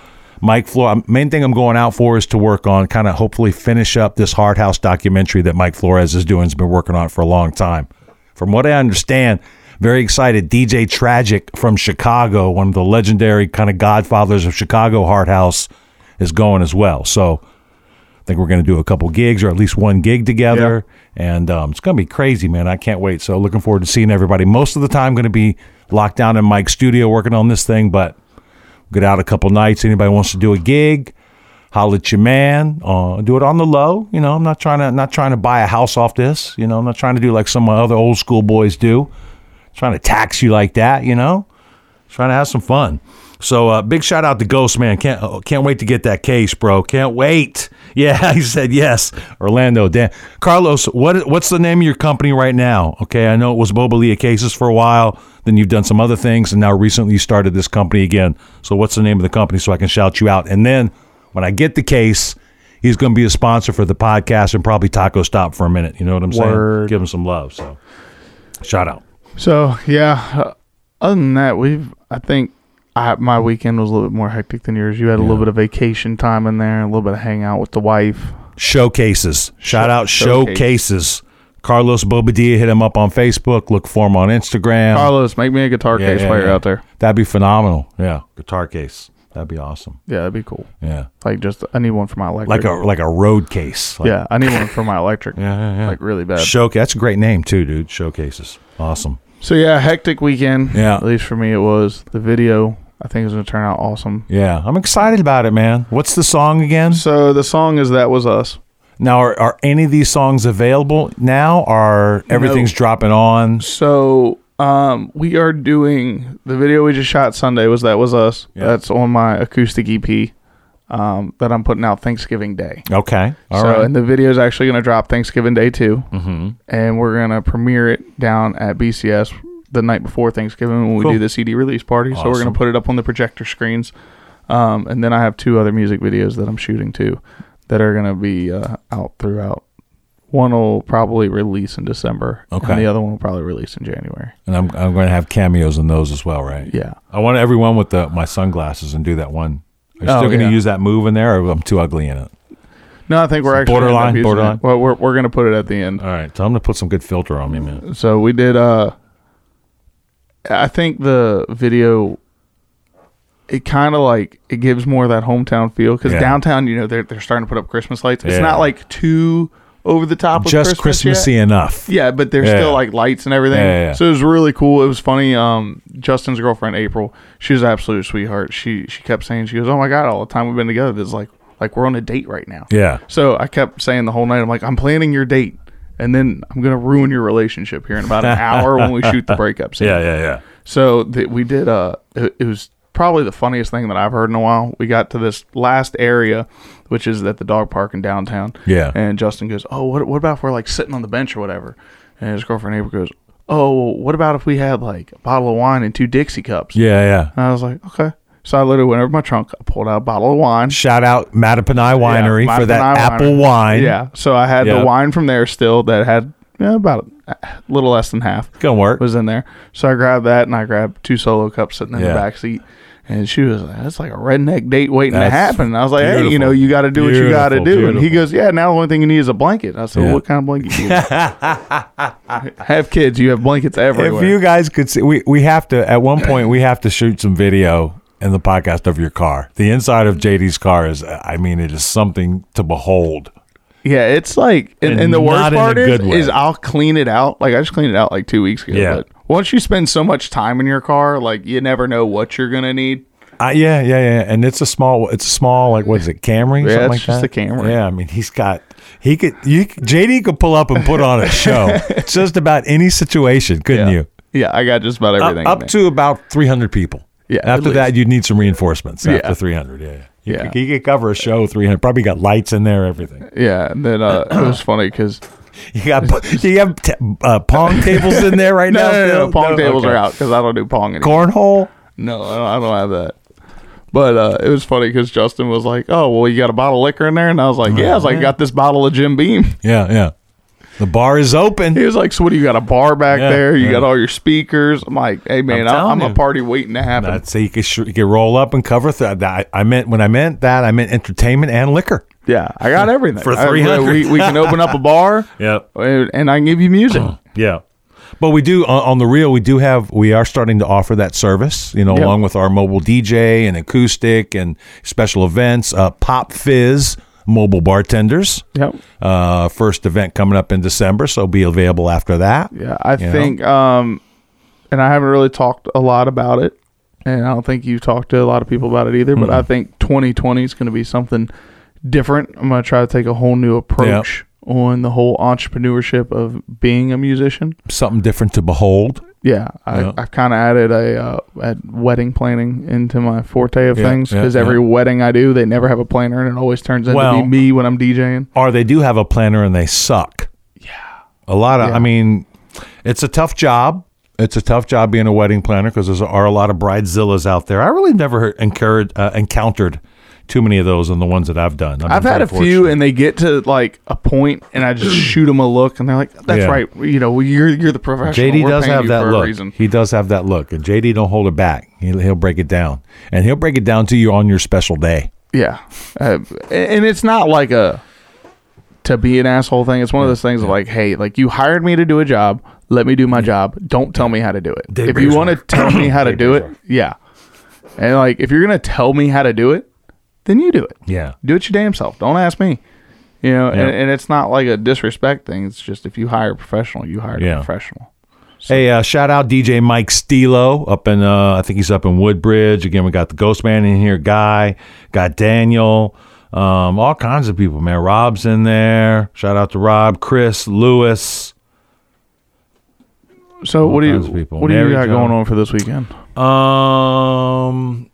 Speaker 2: Mike Flores. Main thing I'm going out for is to work on kind of hopefully finish up this Hard House documentary that Mike Flores is doing. Has been working on it for a long time. From what I understand. Very excited. DJ Tragic from Chicago, one of the legendary kind of godfathers of Chicago Hard House, is going as well. So I think we're going to do a couple gigs or at least one gig together. And um, it's going to be crazy, man. I can't wait. So looking forward to seeing everybody. Most of the time, going to be locked down in Mike's studio working on this thing, but get out a couple nights. Anybody wants to do a gig, holla at your man. Uh, do it on the low. You know, I'm not trying to not trying to buy a house off this. You know, I'm not trying to do like some of my other old school boys do, trying to tax you like that. You know, trying to have some fun. So uh, big shout out to Ghost Man. Can't oh, can't wait to get that case, bro. Can't wait. Yeah, he said yes. Orlando, Dan, Carlos. What what's the name of your company right now? Okay, I know it was Bobalia Cases for a while. Then you've done some other things, and now recently you started this company again. So what's the name of the company so I can shout you out? And then when I get the case, he's going to be a sponsor for the podcast and probably Taco Stop for a minute. You know what I'm saying?
Speaker 3: Word.
Speaker 2: Give him some love. So shout out.
Speaker 3: So yeah. uh, Other than that, we've I think I, my weekend was a little bit more hectic than yours. You had a little bit of vacation time in there, a little bit of hangout with the wife.
Speaker 2: showcases. Shout out
Speaker 3: Showcase.
Speaker 2: showcases. Carlos Bobadilla hit him up on Facebook. Look for him on Instagram.
Speaker 3: Carlos, make me a guitar
Speaker 2: Yeah,
Speaker 3: case
Speaker 2: yeah,
Speaker 3: while you're
Speaker 2: yeah.
Speaker 3: out there.
Speaker 2: That'd be phenomenal. Yeah, guitar case. That'd be awesome.
Speaker 3: Yeah, that'd be cool.
Speaker 2: Yeah,
Speaker 3: Like just I need one for my electric.
Speaker 2: like a like a road case. Like,
Speaker 3: yeah, I need one for my electric.
Speaker 2: yeah, yeah, yeah.
Speaker 3: Like really bad.
Speaker 2: Showcase. That's a great name too, dude. Showcases. Awesome.
Speaker 3: So yeah, hectic weekend.
Speaker 2: Yeah.
Speaker 3: At least for me it was. The video I think is gonna turn out awesome.
Speaker 2: Yeah, I'm excited about it, man. What's the song again?
Speaker 3: So the song is That Was Us.
Speaker 2: Now, are, are any of these songs available now? Are everything's dropping on?
Speaker 3: So um we are doing the video we just shot Sunday was That Was Us.
Speaker 2: Yeah.
Speaker 3: That's on my acoustic EP um that I'm putting out Thanksgiving Day.
Speaker 2: Okay, all
Speaker 3: so
Speaker 2: right.
Speaker 3: and the video is actually gonna drop Thanksgiving Day too. Mm-hmm. And we're gonna premiere it down at BCS the night before Thanksgiving when we
Speaker 2: Cool.
Speaker 3: do the CD release party. So we're
Speaker 2: Awesome.
Speaker 3: gonna put it up on the projector screens. Um, and then I have two other music videos that I'm shooting too, that are gonna be uh, out throughout One will probably release in December.
Speaker 2: Okay.
Speaker 3: And the other one will probably release in January.
Speaker 2: And I'm I'm going to have cameos in those as well, right?
Speaker 3: Yeah.
Speaker 2: I want everyone with the my sunglasses and do that one. Are you
Speaker 3: Oh,
Speaker 2: still going to
Speaker 3: yeah.
Speaker 2: use that move in there, or I'm too ugly in it?
Speaker 3: No, I think we're actually
Speaker 2: Borderline,
Speaker 3: gonna be using
Speaker 2: borderline.
Speaker 3: it. Well, we're we're gonna put it at the end.
Speaker 2: All right, so I'm going to put some good filter on me, man.
Speaker 3: So we did. uh I think the video. It kind of like it gives more of that hometown feel because
Speaker 2: Yeah.
Speaker 3: downtown, you know, they're they're starting to put up Christmas lights. It's
Speaker 2: Yeah.
Speaker 3: not like too over the top. with
Speaker 2: Just
Speaker 3: Christmas yet.
Speaker 2: Christmassy enough.
Speaker 3: Yeah, but there's
Speaker 2: Yeah.
Speaker 3: still like lights and everything.
Speaker 2: Yeah, yeah, yeah.
Speaker 3: So it was really cool. It was funny. Um, Justin's girlfriend April, she was an absolute sweetheart. She she kept saying she goes, "Oh my god, all the time we've been together, this is like like we're on a date right now."
Speaker 2: Yeah.
Speaker 3: So I kept saying the whole night, I'm like, "I'm planning your date, and then I'm gonna ruin your relationship here in about an hour when we shoot the breakup scene."
Speaker 2: Yeah, yeah, yeah.
Speaker 3: So th- we did. Uh, it, it was probably the funniest thing that I've heard in a while. We got to this last area, which is at the dog park in downtown.
Speaker 2: Yeah.
Speaker 3: And Justin goes, "Oh, what what about if we're like sitting on the bench or whatever?" And his girlfriend April goes, "Oh, what about if we had like a bottle of wine and two Dixie cups?"
Speaker 2: Yeah, yeah.
Speaker 3: And I was like, "Okay." So I literally went over to my trunk, I pulled out a bottle of wine.
Speaker 2: Shout out Mattapanai Winery
Speaker 3: Yeah,
Speaker 2: for that
Speaker 3: Mattapani
Speaker 2: apple
Speaker 3: Winery.
Speaker 2: wine.
Speaker 3: Yeah. So I had
Speaker 2: Yeah.
Speaker 3: the wine from there still that had yeah, about a little less than half
Speaker 2: Gonna work.
Speaker 3: was in there. So I grabbed that and I grabbed two solo cups sitting in
Speaker 2: Yeah.
Speaker 3: the back seat. And she was like, that's like a redneck date waiting
Speaker 2: That's
Speaker 3: to happen. And I was like, hey, you
Speaker 2: beautiful.
Speaker 3: know, you got to do what you got to do.
Speaker 2: Beautiful,
Speaker 3: And he
Speaker 2: beautiful.
Speaker 3: goes, yeah, now the only thing you need is a blanket. I said,
Speaker 2: Yeah.
Speaker 3: what kind of blanket you need? have kids. You have blankets everywhere.
Speaker 2: If you guys could see, we, we have to, at one point, we have to shoot some video in the podcast of your car. The inside of JD's car is, I mean, it is something to behold.
Speaker 3: yeah, it's like, and,
Speaker 2: And
Speaker 3: and the
Speaker 2: not
Speaker 3: worst
Speaker 2: in a
Speaker 3: part is,
Speaker 2: good way.
Speaker 3: is I'll clean it out. Like I just cleaned it out like two weeks ago.
Speaker 2: Yeah.
Speaker 3: But once you spend so much time in your car, like you never know what you're going to need.
Speaker 2: Uh, yeah, yeah, yeah. And it's a small, it's a small, like, what is it, Camry?
Speaker 3: Yeah,
Speaker 2: something
Speaker 3: it's
Speaker 2: like
Speaker 3: just
Speaker 2: that?
Speaker 3: a Camry.
Speaker 2: Yeah, I mean, he's got, he could, you, could- JD could pull up and put on a show just about any situation, couldn't
Speaker 3: Yeah.
Speaker 2: you?
Speaker 3: Yeah, I got just about
Speaker 2: Up,
Speaker 3: everything. in
Speaker 2: up
Speaker 3: there.
Speaker 2: to about 300 people.
Speaker 3: Yeah, at
Speaker 2: After that, you'd need some reinforcements
Speaker 3: Yeah.
Speaker 2: after 300. Yeah. He,
Speaker 3: Yeah.
Speaker 2: Could, he could cover a show 300. Probably got lights in there, everything.
Speaker 3: yeah. And then uh, it was funny because
Speaker 2: You got do you have t- uh, pong tables in there right
Speaker 3: no,
Speaker 2: now?
Speaker 3: no, no, no,
Speaker 2: Phil?
Speaker 3: Pong tables
Speaker 2: okay.
Speaker 3: are out because I don't do Pong anymore.
Speaker 2: Cornhole.
Speaker 3: No, I don't, I don't have that. But uh, it was funny because Justin was like, "Oh, well, you got a bottle of liquor in there," and I was like, "Yeah." I was like, I "Got this bottle of Jim Beam."
Speaker 2: Yeah, yeah. The bar is
Speaker 3: He
Speaker 2: open.
Speaker 3: was like, "So what? do You got a bar back
Speaker 2: Yeah,
Speaker 3: there? You
Speaker 2: yeah.
Speaker 3: got all your speakers?" I'm like, "Hey, man, I'm,
Speaker 2: telling
Speaker 3: I'm,
Speaker 2: you.
Speaker 3: a party waiting to happen."
Speaker 2: I'd say you could, sh- you could roll up and cover th- that. I meant when I meant that, I meant entertainment and liquor.
Speaker 3: yeah, I got everything
Speaker 2: For
Speaker 3: I- we-
Speaker 2: 300.
Speaker 3: We, we can open up a bar.
Speaker 2: Yep.
Speaker 3: and, and I can give you music.
Speaker 2: Yeah. But we do on, on the real. We do have. We are starting to offer that service. You know,
Speaker 3: Yeah.
Speaker 2: along with our mobile DJ and acoustic and special events, uh, Pop Fizz mobile bartenders.
Speaker 3: Yep.
Speaker 2: Uh, first event coming up in December, so be available after that.
Speaker 3: Yeah, I
Speaker 2: You know?
Speaker 3: think, um, and I haven't really talked a lot about it, and I don't think you've talked to a lot of people about it either. But
Speaker 2: Hmm.
Speaker 3: I think 2020 is going to be something different. I'm going to try to take a whole new approach on the whole entrepreneurship of being a musician.
Speaker 2: Something different to behold.
Speaker 3: Yeah, I,
Speaker 2: Yeah.
Speaker 3: I've kind of added a, uh, a wedding planning into my forte of
Speaker 2: Yeah,
Speaker 3: things
Speaker 2: yeah,
Speaker 3: because every
Speaker 2: yeah.
Speaker 3: wedding I do, they never have a planner, and it always turns into
Speaker 2: Well-
Speaker 3: be me when I'm DJing.
Speaker 2: or they do have a planner and they suck. Yeah. A lot of,
Speaker 3: Yeah.
Speaker 2: I mean, it's a tough job. It's a tough job being a wedding planner because there are a lot of bridezillas out there. I really never heard- encouraged, uh, encountered too many of those in the ones that I've done. been
Speaker 3: I've had
Speaker 2: very
Speaker 3: a few,
Speaker 2: fortunate.
Speaker 3: and they get to like a point, and I just shoot them a look, and they're like, "That's
Speaker 2: Yeah.
Speaker 3: right, you know, well, you're you're the professional."
Speaker 2: JD
Speaker 3: We're
Speaker 2: does
Speaker 3: paying
Speaker 2: have
Speaker 3: you
Speaker 2: that
Speaker 3: for a
Speaker 2: look.
Speaker 3: reason."
Speaker 2: He does have that look, and JD don't hold it back. He'll, he'll break it down, and he'll break it down to you on your special day.
Speaker 3: Yeah, uh, and it's not like a to be an asshole thing. It's one of those things of like, "Hey, like you hired me to do a job. Let me do my job. Don't tell me how to do it.
Speaker 2: Dave
Speaker 3: if you
Speaker 2: Brazor.
Speaker 3: want to tell me how to
Speaker 2: Dave
Speaker 3: do it,
Speaker 2: Brazor.
Speaker 3: yeah. And like, if you're gonna tell me how to do it, then you do it.
Speaker 2: Yeah.
Speaker 3: do it your damn self. Don't ask me. You know,
Speaker 2: Yeah.
Speaker 3: and, and it's not like a disrespect thing. It's just if you hire a professional, you hire
Speaker 2: Yeah.
Speaker 3: a professional.
Speaker 2: Hey, uh, shout out DJ Mike Stilo up in, uh, I think he's up in Woodbridge. Again, we got the Ghost Man in here, Guy, got Daniel, um, all kinds of people, man. Rob's in there. Shout out to Rob, Chris, Lewis.
Speaker 3: So what do you
Speaker 2: kinds of people.
Speaker 3: what do
Speaker 2: Mary
Speaker 3: you got
Speaker 2: Jo.
Speaker 3: going on for this weekend?
Speaker 2: Um,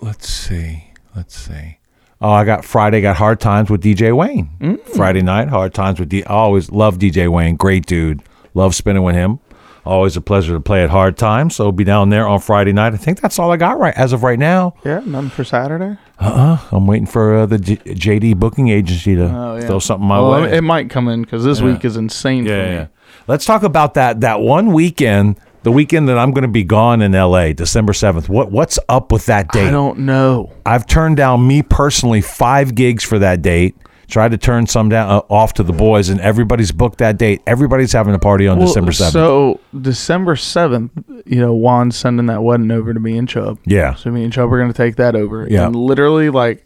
Speaker 2: let's see, let's see. Oh, I got Friday. Got hard times with DJ Wayne.
Speaker 3: Mm.
Speaker 2: Friday night, hard times with. D- I always love DJ Wayne. Great dude. Love spinning with him. Always a pleasure to play at Hard Time. So be down there on Friday night. I think that's all I got right as of right now.
Speaker 3: Yeah, none for Saturday.
Speaker 2: I'm waiting for uh, the J- JD booking agency to throw something my
Speaker 3: Well,
Speaker 2: way.
Speaker 3: Oh, it might come in because this week is insane.
Speaker 2: Yeah,
Speaker 3: for me.
Speaker 2: yeah. Let's talk about that that one weekend, the weekend that I'm going to be gone in LA, December 7th. What what's up with that
Speaker 3: I
Speaker 2: date?
Speaker 3: don't know.
Speaker 2: I've turned down me personally 5 gigs for that date. Tried to turn some down uh, off to the boys and everybody's booked that date. Everybody's having a party on
Speaker 3: Well,
Speaker 2: December 7th.
Speaker 3: So December seventh, you know, Juan's sending that wedding over to me and Chubb.
Speaker 2: Yeah.
Speaker 3: So me and Chubb are gonna take that over.
Speaker 2: Yeah.
Speaker 3: And literally like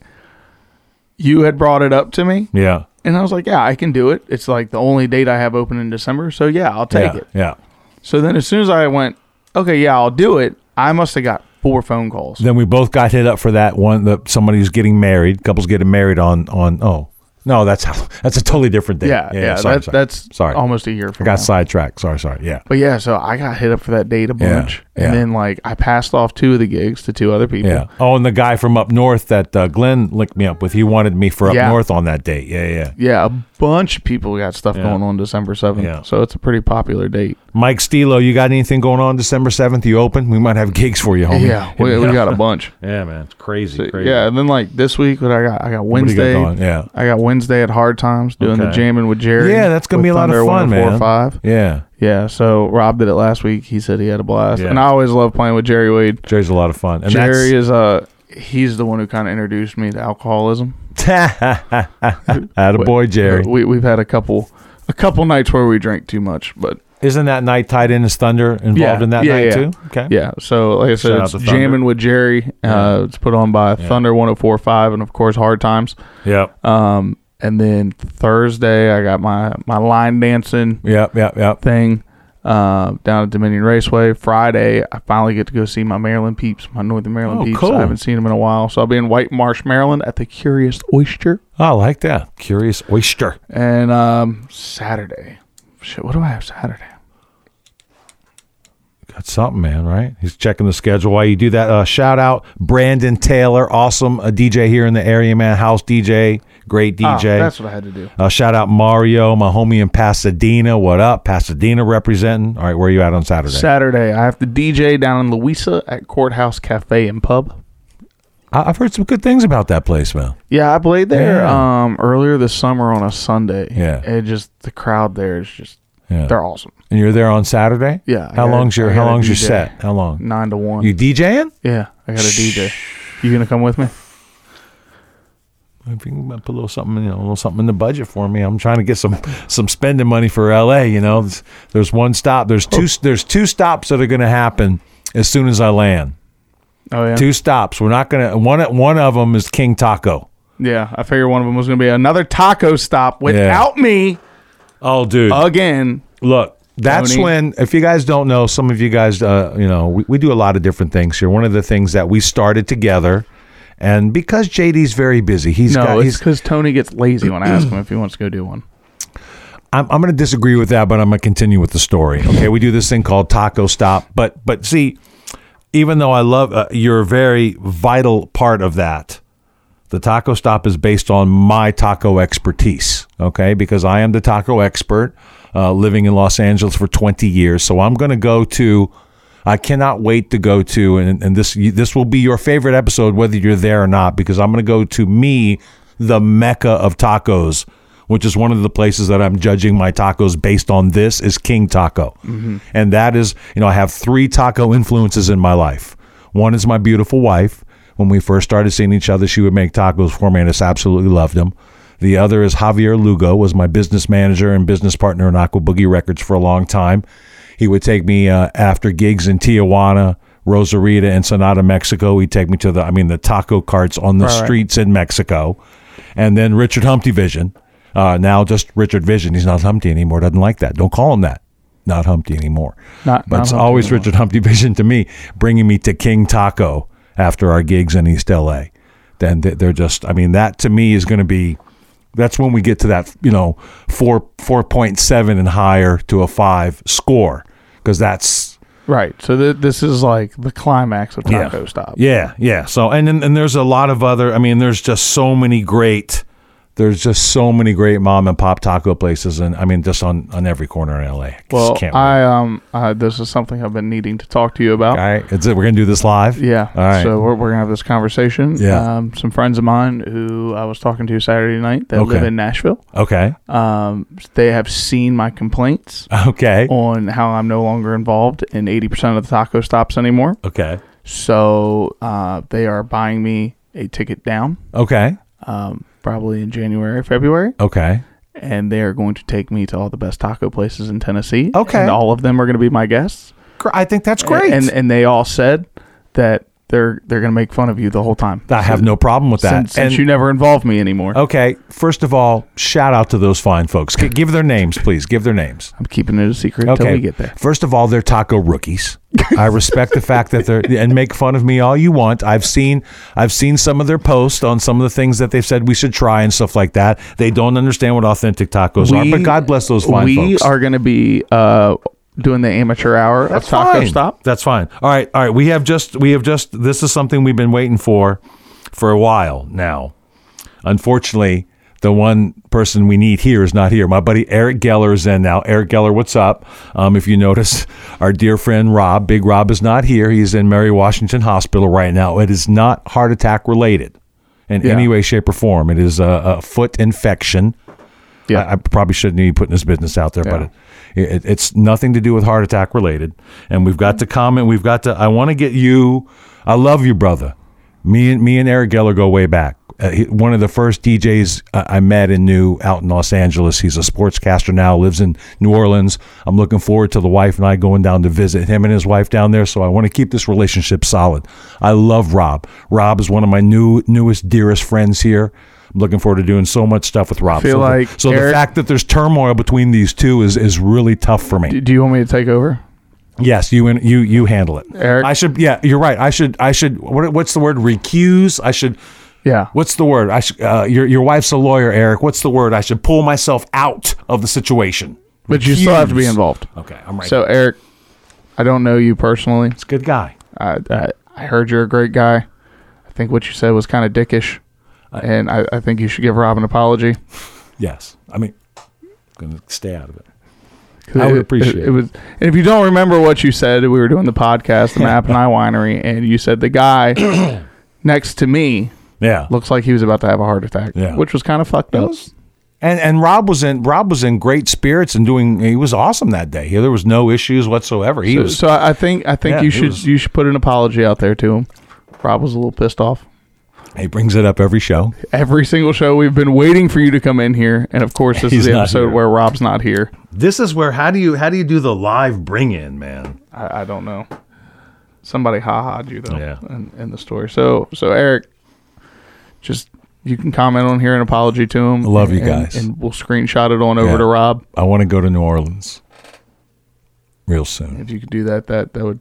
Speaker 3: you had brought it up to me
Speaker 2: yeah.
Speaker 3: and I was like, Yeah, I can do it. It's like the only date I have open in December, so yeah, I'll take
Speaker 2: yeah.
Speaker 3: it.
Speaker 2: Yeah.
Speaker 3: So then as soon as I went, Okay, yeah, I'll do it, I must have got four phone calls.
Speaker 2: Then we both got hit up for that one that somebody's getting married, couples getting married on on oh. No, that's how, that's a totally different date.
Speaker 3: Yeah, yeah,
Speaker 2: sorry,
Speaker 3: that,
Speaker 2: sorry.
Speaker 3: that's
Speaker 2: sorry.
Speaker 3: almost a year
Speaker 2: I
Speaker 3: from
Speaker 2: got
Speaker 3: now.
Speaker 2: sidetracked. Sorry, sorry. Yeah.
Speaker 3: But yeah, so I got hit up for that date a
Speaker 2: Yeah,
Speaker 3: bunch, and
Speaker 2: yeah.
Speaker 3: then like I passed off two of the gigs to two other people.
Speaker 2: Yeah. Oh, and the guy from up north that uh, Glenn linked me up with, he wanted me for up
Speaker 3: Yeah.
Speaker 2: north on that date. Yeah, yeah.
Speaker 3: Yeah, a bunch of people got stuff
Speaker 2: Yeah.
Speaker 3: going on December 7th.
Speaker 2: Yeah.
Speaker 3: So it's a pretty popular date.
Speaker 2: Mike Stilo, you got anything going on December seventh? You open? Oh, We might have gigs for you, homie.
Speaker 3: yeah, we, we got a bunch.
Speaker 2: Yeah, man, it's crazy.
Speaker 3: So,
Speaker 2: crazy.
Speaker 3: yeah, and then like this week, what I got, I got
Speaker 2: What do you got
Speaker 3: Wednesday.
Speaker 2: going? Yeah.
Speaker 3: I got Wednesday at Hard Times doing the
Speaker 2: Okay.
Speaker 3: jamming with Jerry.
Speaker 2: Yeah, that's gonna
Speaker 3: with
Speaker 2: be a lot of
Speaker 3: Thunder
Speaker 2: fun, man.
Speaker 3: 104.5.
Speaker 2: Yeah,
Speaker 3: Yeah, so Rob did it last week. He said he had a blast,
Speaker 2: Yeah.
Speaker 3: and I always love playing with Jerry Wade.
Speaker 2: Jerry's a lot of fun. And
Speaker 3: Jerry is uh, he's the one who kind of introduced me to alcoholism.
Speaker 2: that's boy, Jerry.
Speaker 3: We we've had a couple a couple nights where we drank too much, but
Speaker 2: Isn't that night tied in as Thunder involved
Speaker 3: Yeah,
Speaker 2: in that
Speaker 3: yeah,
Speaker 2: night
Speaker 3: yeah.
Speaker 2: too? Okay.
Speaker 3: yeah. So like I
Speaker 2: Shout
Speaker 3: said,
Speaker 2: out
Speaker 3: it's
Speaker 2: to Thunder.
Speaker 3: jamming with Jerry. Uh, it's put on by Thunder 104.5 and of course Hard Times.
Speaker 2: Yep.
Speaker 3: Um, and then Thursday I got my my line dancing
Speaker 2: Yep. Yep. Yep.
Speaker 3: thing uh, down at Dominion Raceway. Friday I finally get to go see my Maryland peeps, my Northern Maryland
Speaker 2: Oh,
Speaker 3: peeps.
Speaker 2: cool.
Speaker 3: I haven't seen them in a while, so I'll be in White Marsh, Maryland, at the Curious Oyster.
Speaker 2: I like that. Curious oyster.
Speaker 3: And um, Saturday, shit, what do I have Saturday?
Speaker 2: Got something, man, right? He's checking the schedule while you do that. Uh, shout out Brandon Taylor, awesome uh, DJ here in the area, man. House DJ, great
Speaker 3: Ah,
Speaker 2: DJ.
Speaker 3: that's what I had to do.
Speaker 2: uh, shout out Mario, my homie in Pasadena. What up? Pasadena representing. All right, where are you at on Saturday?
Speaker 3: Saturday, I have to DJ down in Louisa at Courthouse Cafe and Pub.
Speaker 2: I- I've heard some good things about that place, man.
Speaker 3: Yeah, I played there
Speaker 2: Yeah.
Speaker 3: um, earlier this summer on a Sunday.
Speaker 2: Yeah.
Speaker 3: and just the crowd there is just
Speaker 2: Yeah.
Speaker 3: they're awesome.
Speaker 2: And you're there on Saturday?
Speaker 3: Yeah,
Speaker 2: How
Speaker 3: I gotta-
Speaker 2: long's your
Speaker 3: I
Speaker 2: How
Speaker 3: gotta
Speaker 2: long's your
Speaker 3: DJ.
Speaker 2: set? How long?
Speaker 3: Nine to one.
Speaker 2: You DJing?
Speaker 3: yeah, I got a DJ. You gonna come with me?
Speaker 2: If you can put a little something, you know, a little something in the budget for me, I'm trying to get some some spending money for LA. You know, There's- there's one stop, there's two, there's two stops that are going to happen as soon as I land.
Speaker 3: Oh yeah,
Speaker 2: Two stops. We're not going to one. One of them is King Taco.
Speaker 3: yeah. I figured one of them was gonna be another taco stop without me
Speaker 2: Oh, dude,
Speaker 3: again.
Speaker 2: look. That's
Speaker 3: Tony.
Speaker 2: when, if you guys don't know, some of you guys, uh, you know, we, we do a lot of different things here. One of the things that we started together, and because JD's very busy, he's
Speaker 3: No,
Speaker 2: got,
Speaker 3: it's
Speaker 2: he's,
Speaker 3: because Tony gets lazy when I ask him if he wants to go do one.
Speaker 2: I'm, I'm going to disagree with that, but I'm going to continue with the story. Okay, we do this thing called Taco Stop, but but see, even though I love uh, you're a very vital part of that, the Taco Stop is based on my taco expertise. Okay, because I am the taco expert, uh, living in Los Angeles for 20 years, so I'm going to go to. I cannot wait to go to, and, and this this will be your favorite episode, whether you're there or not, because I'm going to go to me, the mecca of tacos, which is one of the places that I'm judging my tacos based on. This is King Taco, and that is, you know, I have three taco influences in my life. One is my beautiful wife. When we first started seeing each other, she would make tacos for me, and I just absolutely loved them. The other is Javier Lugo, was my business manager and business partner in Aqua Boogie Records for a long time. He would take me uh, after gigs in Tijuana, Rosarita, and Sonata, Mexico. He'd take me to the, I mean, the taco carts on the
Speaker 3: right.
Speaker 2: streets in Mexico. And then Richard Humpty Vision, uh, now just Richard Vision. He's not Humpty anymore. Doesn't like that. Don't call him that. Not Humpty anymore.
Speaker 3: Not-
Speaker 2: but
Speaker 3: not
Speaker 2: it's
Speaker 3: Humpty
Speaker 2: always
Speaker 3: anymore.
Speaker 2: Richard Humpty Vision to me, bringing me to King Taco after our gigs in East LA. Then th- they're just, I mean, that to me is going to be that's when we get to that you know four four point seven and higher to a five score because that's
Speaker 3: Right. So th- this is like the climax of taco stop.
Speaker 2: yeah yeah so and then and there's a lot of other I mean there's just so many great There's just so many great mom and pop taco places, and I mean, just on, on every corner in LA. I just
Speaker 3: Well,
Speaker 2: can't wait.
Speaker 3: I um, uh, this is something I've been needing to talk to you about.
Speaker 2: All right, that's it. We're gonna do this live.
Speaker 3: Yeah.
Speaker 2: All right.
Speaker 3: So we're, we're gonna have this conversation.
Speaker 2: Yeah.
Speaker 3: Um, some friends of mine who I was talking to Saturday night that live
Speaker 2: Okay.
Speaker 3: in Nashville.
Speaker 2: okay.
Speaker 3: Um, they have seen my complaints
Speaker 2: Okay.
Speaker 3: on how I'm no longer involved in 80% of the taco stops anymore.
Speaker 2: Okay.
Speaker 3: So uh, they are buying me a ticket down,
Speaker 2: Okay.
Speaker 3: um, probably in January, February,
Speaker 2: Okay.
Speaker 3: and they are going to take me to all the best taco places in Tennessee.
Speaker 2: Okay.
Speaker 3: And all of them are going to be my guests.
Speaker 2: Gr- I think that's great.
Speaker 3: And and they all said that they're they're going to make fun of you the whole time.
Speaker 2: I have no problem with that.
Speaker 3: Since, since
Speaker 2: And- Oh.
Speaker 3: you never involve me anymore,
Speaker 2: Okay, first of all, shout out to those fine folks. G- give their names, please. Give their names.
Speaker 3: I'm keeping it a secret until
Speaker 2: Okay.
Speaker 3: we get there.
Speaker 2: First of all, they're taco rookies. I respect the fact that they're and make fun of me all you want. I've seen I've seen some of their posts on some of the things that they've said we should try and stuff like that. They don't understand what authentic tacos are, but God bless those fine
Speaker 3: we
Speaker 2: folks.
Speaker 3: are going to be uh, doing the amateur hour
Speaker 2: That's
Speaker 3: of Taco
Speaker 2: fine.
Speaker 3: Stop.
Speaker 2: That's fine. All right, all right. We have just we have just this is something we've been waiting for for a while now. Unfortunately, the one person we need here is not here. My buddy Eric Geller is in now. Eric Geller, what's up? Um, if you notice, our dear friend Rob, Big Rob, is not here. He's in Mary Washington Hospital right now. It is not heart attack related in
Speaker 3: Yeah.
Speaker 2: any way, shape, or form. It is a, a foot infection.
Speaker 3: Yeah.
Speaker 2: I, I probably shouldn't be putting this business out there, but
Speaker 3: Yeah.
Speaker 2: it, it, it's nothing to do with heart attack related. And we've got to comment. We've got to. I want to get you. I love you, brother. Me and me and Eric Geller go way back. Uh, he, one of the first DJs I, I met and knew out in Los Angeles. He's a sportscaster now. Lives in New Orleans. I'm looking forward to the wife and I going down to visit him and his wife down there. So I want to keep this relationship solid. I love Rob. Rob is one of my new newest dearest friends here. I'm looking forward to doing so much stuff with Rob.
Speaker 3: Feel
Speaker 2: so the-
Speaker 3: like
Speaker 2: so the
Speaker 3: Eric-
Speaker 2: fact that there's turmoil between these two is is really tough for me.
Speaker 3: Do, do you want me to take over?
Speaker 2: Yes, you and you you handle it.
Speaker 3: Eric?
Speaker 2: I should yeah, you're right. I should I should what, what's the word recuse? I should
Speaker 3: Yeah.
Speaker 2: what's the word? I should uh, your your wife's a lawyer, Eric. What's the word? I should pull myself out of the situation.
Speaker 3: But you still have to be
Speaker 2: Recuse.
Speaker 3: involved.
Speaker 2: Okay, I'm right.
Speaker 3: So, Eric, I don't know you personally.
Speaker 2: it's a good guy.
Speaker 3: I, I, I heard you're a great guy. I think what you said was kind of dickish. and I, I think you should give Rob an apology.
Speaker 2: Yes. I mean going to stay out of it. I would appreciate
Speaker 3: it.
Speaker 2: it.
Speaker 3: was, and if you don't remember what you said, we were doing the podcast, the Map and I Winery, and you said the guy next to me
Speaker 2: Yeah.
Speaker 3: looks like he was about to have a heart attack,
Speaker 2: Yeah.
Speaker 3: which was kind of fucked up.
Speaker 2: And and Rob was in Rob was in great spirits and doing he was awesome that day. There was no issues whatsoever. He
Speaker 3: so,
Speaker 2: was
Speaker 3: so I think I think
Speaker 2: Yeah,
Speaker 3: you
Speaker 2: it
Speaker 3: should
Speaker 2: was-
Speaker 3: you should put an apology out there to him. Rob was a little pissed off.
Speaker 2: he brings it up every show.
Speaker 3: Every single show we've been waiting for you to come in here, and of course this
Speaker 2: He's
Speaker 3: is the
Speaker 2: not
Speaker 3: episode
Speaker 2: here.
Speaker 3: where Rob's not here.
Speaker 2: This is where how do you how do you do the live bring in, man?
Speaker 3: I, I don't know. Somebody ha-ha'd you though
Speaker 2: Yeah.
Speaker 3: in, in the story. So so Eric, just you can comment on here an apology to him.
Speaker 2: love
Speaker 3: and-
Speaker 2: you
Speaker 3: and-
Speaker 2: guys.
Speaker 3: And, we'll screenshot it on over
Speaker 2: Yeah.
Speaker 3: to Rob.
Speaker 2: I want to go to New Orleans real soon.
Speaker 3: If you could do that, that that would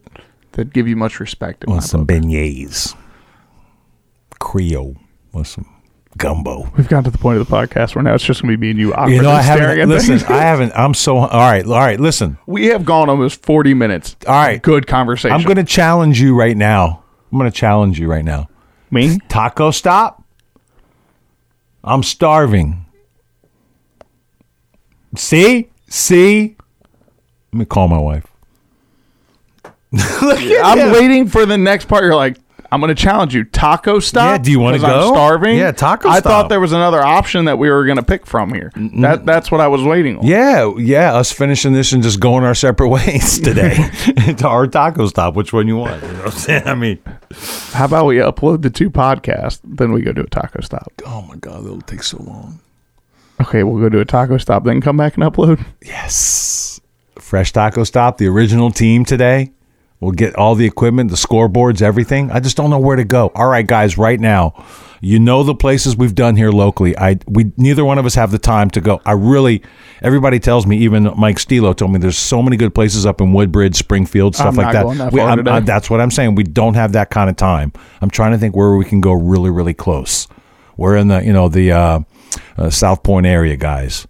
Speaker 3: that'd give you much respect. in
Speaker 2: Want
Speaker 3: my
Speaker 2: some
Speaker 3: book.
Speaker 2: beignets, Creole, want some gumbo.
Speaker 3: We've gotten to the point of the podcast where now it's just gonna be me and you awkwardly
Speaker 2: You know, I
Speaker 3: staring at
Speaker 2: haven't listen.
Speaker 3: things.
Speaker 2: I haven't. I'm so all right. All right, listen.
Speaker 3: we have gone almost forty minutes.
Speaker 2: All right.
Speaker 3: Good conversation.
Speaker 2: I'm going to challenge you right now. I'm going to challenge you right now.
Speaker 3: me?
Speaker 2: Taco stop. I'm starving. See, see. Let me call my wife.
Speaker 3: I'm waiting for the next part. You're like, I'm going to challenge you. Taco stop.
Speaker 2: Yeah, do you wanna
Speaker 3: 'Cause I'm
Speaker 2: go?
Speaker 3: starving.
Speaker 2: Yeah, taco
Speaker 3: I
Speaker 2: stop.
Speaker 3: thought there was another option that we were going to pick from here. That that's what I was waiting on.
Speaker 2: Yeah, yeah, us finishing this and just going our separate ways today to our taco stop. Which one you want? You know what I'm saying? I mean,
Speaker 3: How about we upload the two podcasts, then we go to a taco stop.
Speaker 2: oh my god, that'll take so long.
Speaker 3: Okay, we'll go to a taco stop, then come back and upload.
Speaker 2: Yes, fresh taco stop. The original team today. We'll get all the equipment, the scoreboards, everything. I just don't know where to go. All right, guys, right now, you know the places we've done here locally. I we neither one of us have the time to go. I really, everybody tells me, even Mike Stilo told me, there's so many good places up in Woodbridge, Springfield, stuff
Speaker 3: I'm
Speaker 2: like
Speaker 3: not
Speaker 2: that.
Speaker 3: going that
Speaker 2: We-
Speaker 3: far
Speaker 2: I'm-
Speaker 3: today.
Speaker 2: I'm- that's what I'm saying. We don't have that kind of time. I'm trying to think where we can go really, really close. We're in the you know the uh, uh, South Point area, guys.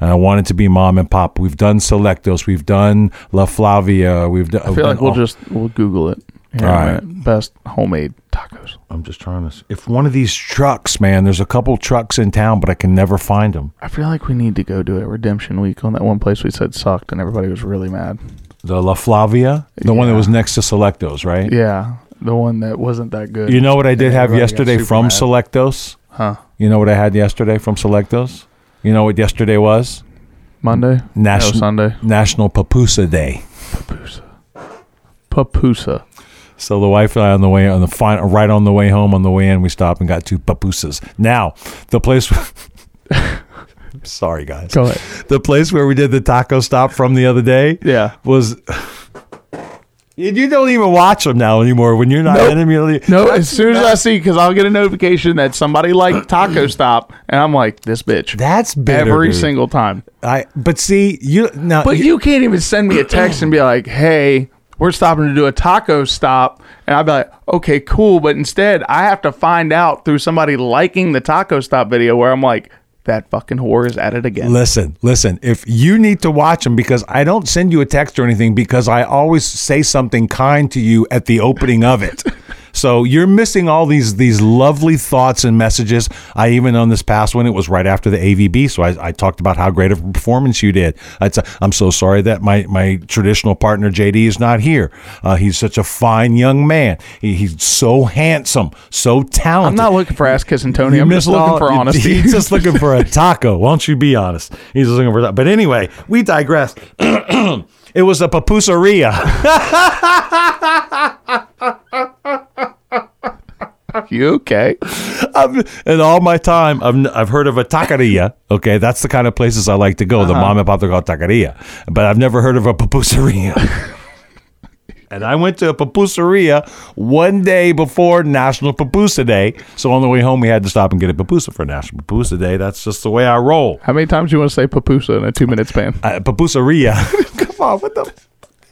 Speaker 2: And I want it to be mom and pop. We've done Selectos. We've done La Flavia. We've oh, done.
Speaker 3: I feel like we'll just we'll Google it.
Speaker 2: All right.
Speaker 3: Best homemade taco knows?
Speaker 2: I'm just trying to. s- If one of these trucks, man, there's a couple trucks in town, but I can never find them.
Speaker 3: I feel like we need to go do a redemption week on that one place we said sucked and everybody was really mad.
Speaker 2: The La Flavia, the one that was next to Selectos, right?
Speaker 3: Yeah, the one that wasn't that good.
Speaker 2: You know what I did have
Speaker 3: Everybody got
Speaker 2: yesterday
Speaker 3: super
Speaker 2: from
Speaker 3: mad.
Speaker 2: Selectos?
Speaker 3: Huh.
Speaker 2: You know what I had yesterday from Selectos? You know what yesterday was?
Speaker 3: Monday?
Speaker 2: National
Speaker 3: No, Sunday.
Speaker 2: National Papusa Day.
Speaker 3: Papusa.
Speaker 2: So the wife and I on the way on the fine right on the way home on the way in we stopped and got two papusas. Now the place. sorry guys.
Speaker 3: Go ahead.
Speaker 2: The place where we did the taco stop from the other day
Speaker 3: Yeah.
Speaker 2: was. You you don't even watch them now anymore. When you're not
Speaker 3: Nope.
Speaker 2: in them, you do
Speaker 3: No, as soon as I see, because I'll get a notification that somebody liked Taco Stop, and I'm like, this bitch.
Speaker 2: That's bitter,
Speaker 3: every
Speaker 2: dude.
Speaker 3: single time.
Speaker 2: I. But see, you now.
Speaker 3: But you can't even send me a text and be like, hey, we're stopping to do a taco stop. And I'd be like, okay, cool. But instead, I have to find out through somebody liking the taco stop video where I'm like, that fucking whore is at it again.
Speaker 2: Listen, listen. If you need to watch them, because I don't send you a text or anything, because I always say something kind to you at the opening of it. So you're missing all these these lovely thoughts and messages. I even on this past one, it was right after the AVB, so I, I talked about how great of a performance you did. I'd say, I'm so sorry that my my traditional partner JD is not here. Uh, he's such a fine young man. He, he's so handsome, so talented.
Speaker 3: I'm not looking for ass kissing Tony.
Speaker 2: You
Speaker 3: I'm
Speaker 2: missed
Speaker 3: just looking
Speaker 2: all-
Speaker 3: for honesty.
Speaker 2: He's just looking for a taco. Why don't you be honest? He's just looking for that. But anyway, we digress. it was a papusaria.
Speaker 3: you okay?
Speaker 2: I've- and all my time, I've, n- I've heard of a taqueria. Okay, that's the kind of places I like to go.
Speaker 3: Uh-huh.
Speaker 2: The mom and pop are called taqueria. But I've never heard of a papusaria. And I went to a papusaria one day before National Papusa Day. So on the way home, we had to stop and get a papusa for National Papusa Day. That's just the way I roll.
Speaker 3: How many times do you want to say papusa in a two minute span?
Speaker 2: uh, papusaria. Come on, what the fuck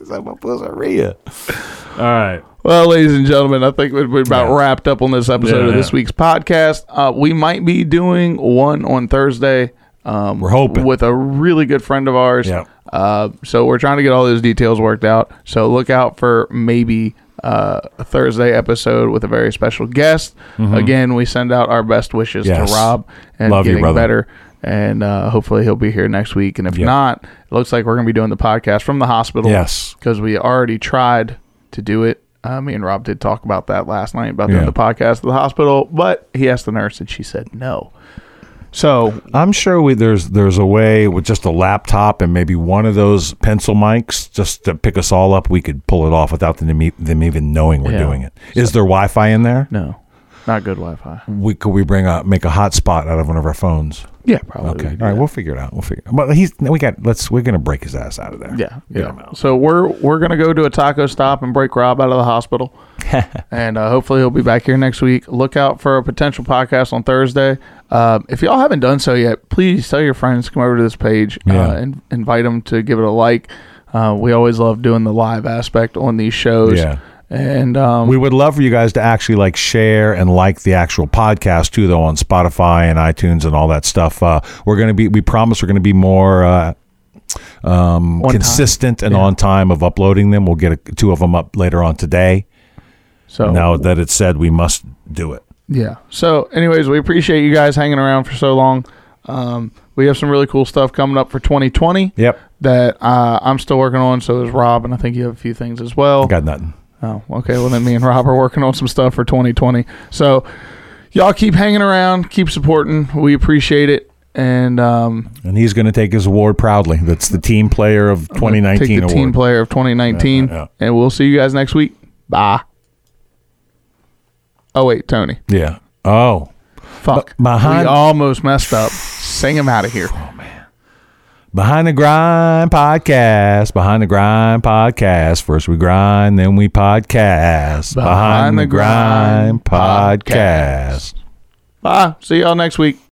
Speaker 2: is a papusaria? All right.
Speaker 3: Well, ladies and gentlemen, I think we're we're about wrapped up on this episode
Speaker 2: Yeah,
Speaker 3: of this
Speaker 2: yeah.
Speaker 3: week's podcast. Uh, we might be doing one on Thursday. Um,
Speaker 2: We're hoping.
Speaker 3: with a really good friend of ours.
Speaker 2: Yeah.
Speaker 3: Uh, so we're trying to get all those details worked out. So look out for maybe uh, a Thursday episode with a very special guest. Again, we send out our best wishes
Speaker 2: Yes.
Speaker 3: to Rob and
Speaker 2: Love you,
Speaker 3: getting
Speaker 2: brother.
Speaker 3: better. And uh, hopefully he'll be here next week. And if
Speaker 2: Yeah.
Speaker 3: not, it looks like we're going to be doing the podcast from the hospital
Speaker 2: Yes.
Speaker 3: because we already tried to do it. Uh, me and Rob did talk about that last night about
Speaker 2: Yeah.
Speaker 3: doing the podcast at the hospital, but he asked the nurse and she said no. So
Speaker 2: I'm sure we, there's there's a way with just a laptop and maybe one of those pencil mics just to pick us all up. We could pull it off without them, e- them even knowing we're
Speaker 3: Yeah.
Speaker 2: doing it. Is there Wi-Fi in there?
Speaker 3: no, not good Wi-Fi.
Speaker 2: We could we bring a make a hotspot out of one of our phones?
Speaker 3: Yeah, probably.
Speaker 2: Okay. All
Speaker 3: we
Speaker 2: right.
Speaker 3: could do that.
Speaker 2: We'll figure it out. We'll figure. It out. But he's we got let's we're gonna break his ass out of there.
Speaker 3: Yeah,
Speaker 2: Get
Speaker 3: yeah.
Speaker 2: him out.
Speaker 3: So we're we're gonna go to a taco stop and break Rob out of the hospital, and uh, hopefully he'll be back here next week. Look out for a potential podcast on Thursday. Um, if y'all haven't done so yet, please tell your friends to come over to this page
Speaker 2: Yeah.
Speaker 3: uh, and invite them to give it a like. Uh, we always love doing the live aspect on these shows.
Speaker 2: Yeah.
Speaker 3: And um,
Speaker 2: We would love for you guys to actually like share and like the actual podcast too, though, on Spotify and iTunes and all that stuff. Uh, we're gonna be, we promise, we're gonna be more uh, um,
Speaker 3: On time.
Speaker 2: consistent and on time of uploading them. We'll get a, two of them up later on today.
Speaker 3: so
Speaker 2: Now that it's said, we must do it.
Speaker 3: Yeah. So, anyways, we appreciate you guys hanging around for so long. Um, we have some really cool stuff coming up for 2020.
Speaker 2: Yep.
Speaker 3: That uh, I'm still working on. So is Rob, and I think you have a few things as well.
Speaker 2: Got nothing.
Speaker 3: Oh, okay. Well, then me and Rob are working on some stuff for 2020. So, y'all keep hanging around, keep supporting. We appreciate it. And um,
Speaker 2: And he's gonna take his award proudly. That's the team player of
Speaker 3: we'll
Speaker 2: 2019
Speaker 3: take the
Speaker 2: award.
Speaker 3: team player of 2019.
Speaker 2: Yeah, yeah, yeah.
Speaker 3: And we'll see you guys next week. Bye. Oh wait, Tony.
Speaker 2: yeah. Oh.
Speaker 3: Fuck.
Speaker 2: B- behind-
Speaker 3: we almost messed up. Sing him out of here.
Speaker 2: Behind the Grind Podcast. Behind the Grind Podcast. First we grind, then we podcast. Behind, the, grind, podcast.
Speaker 3: Bye. See y'all next week.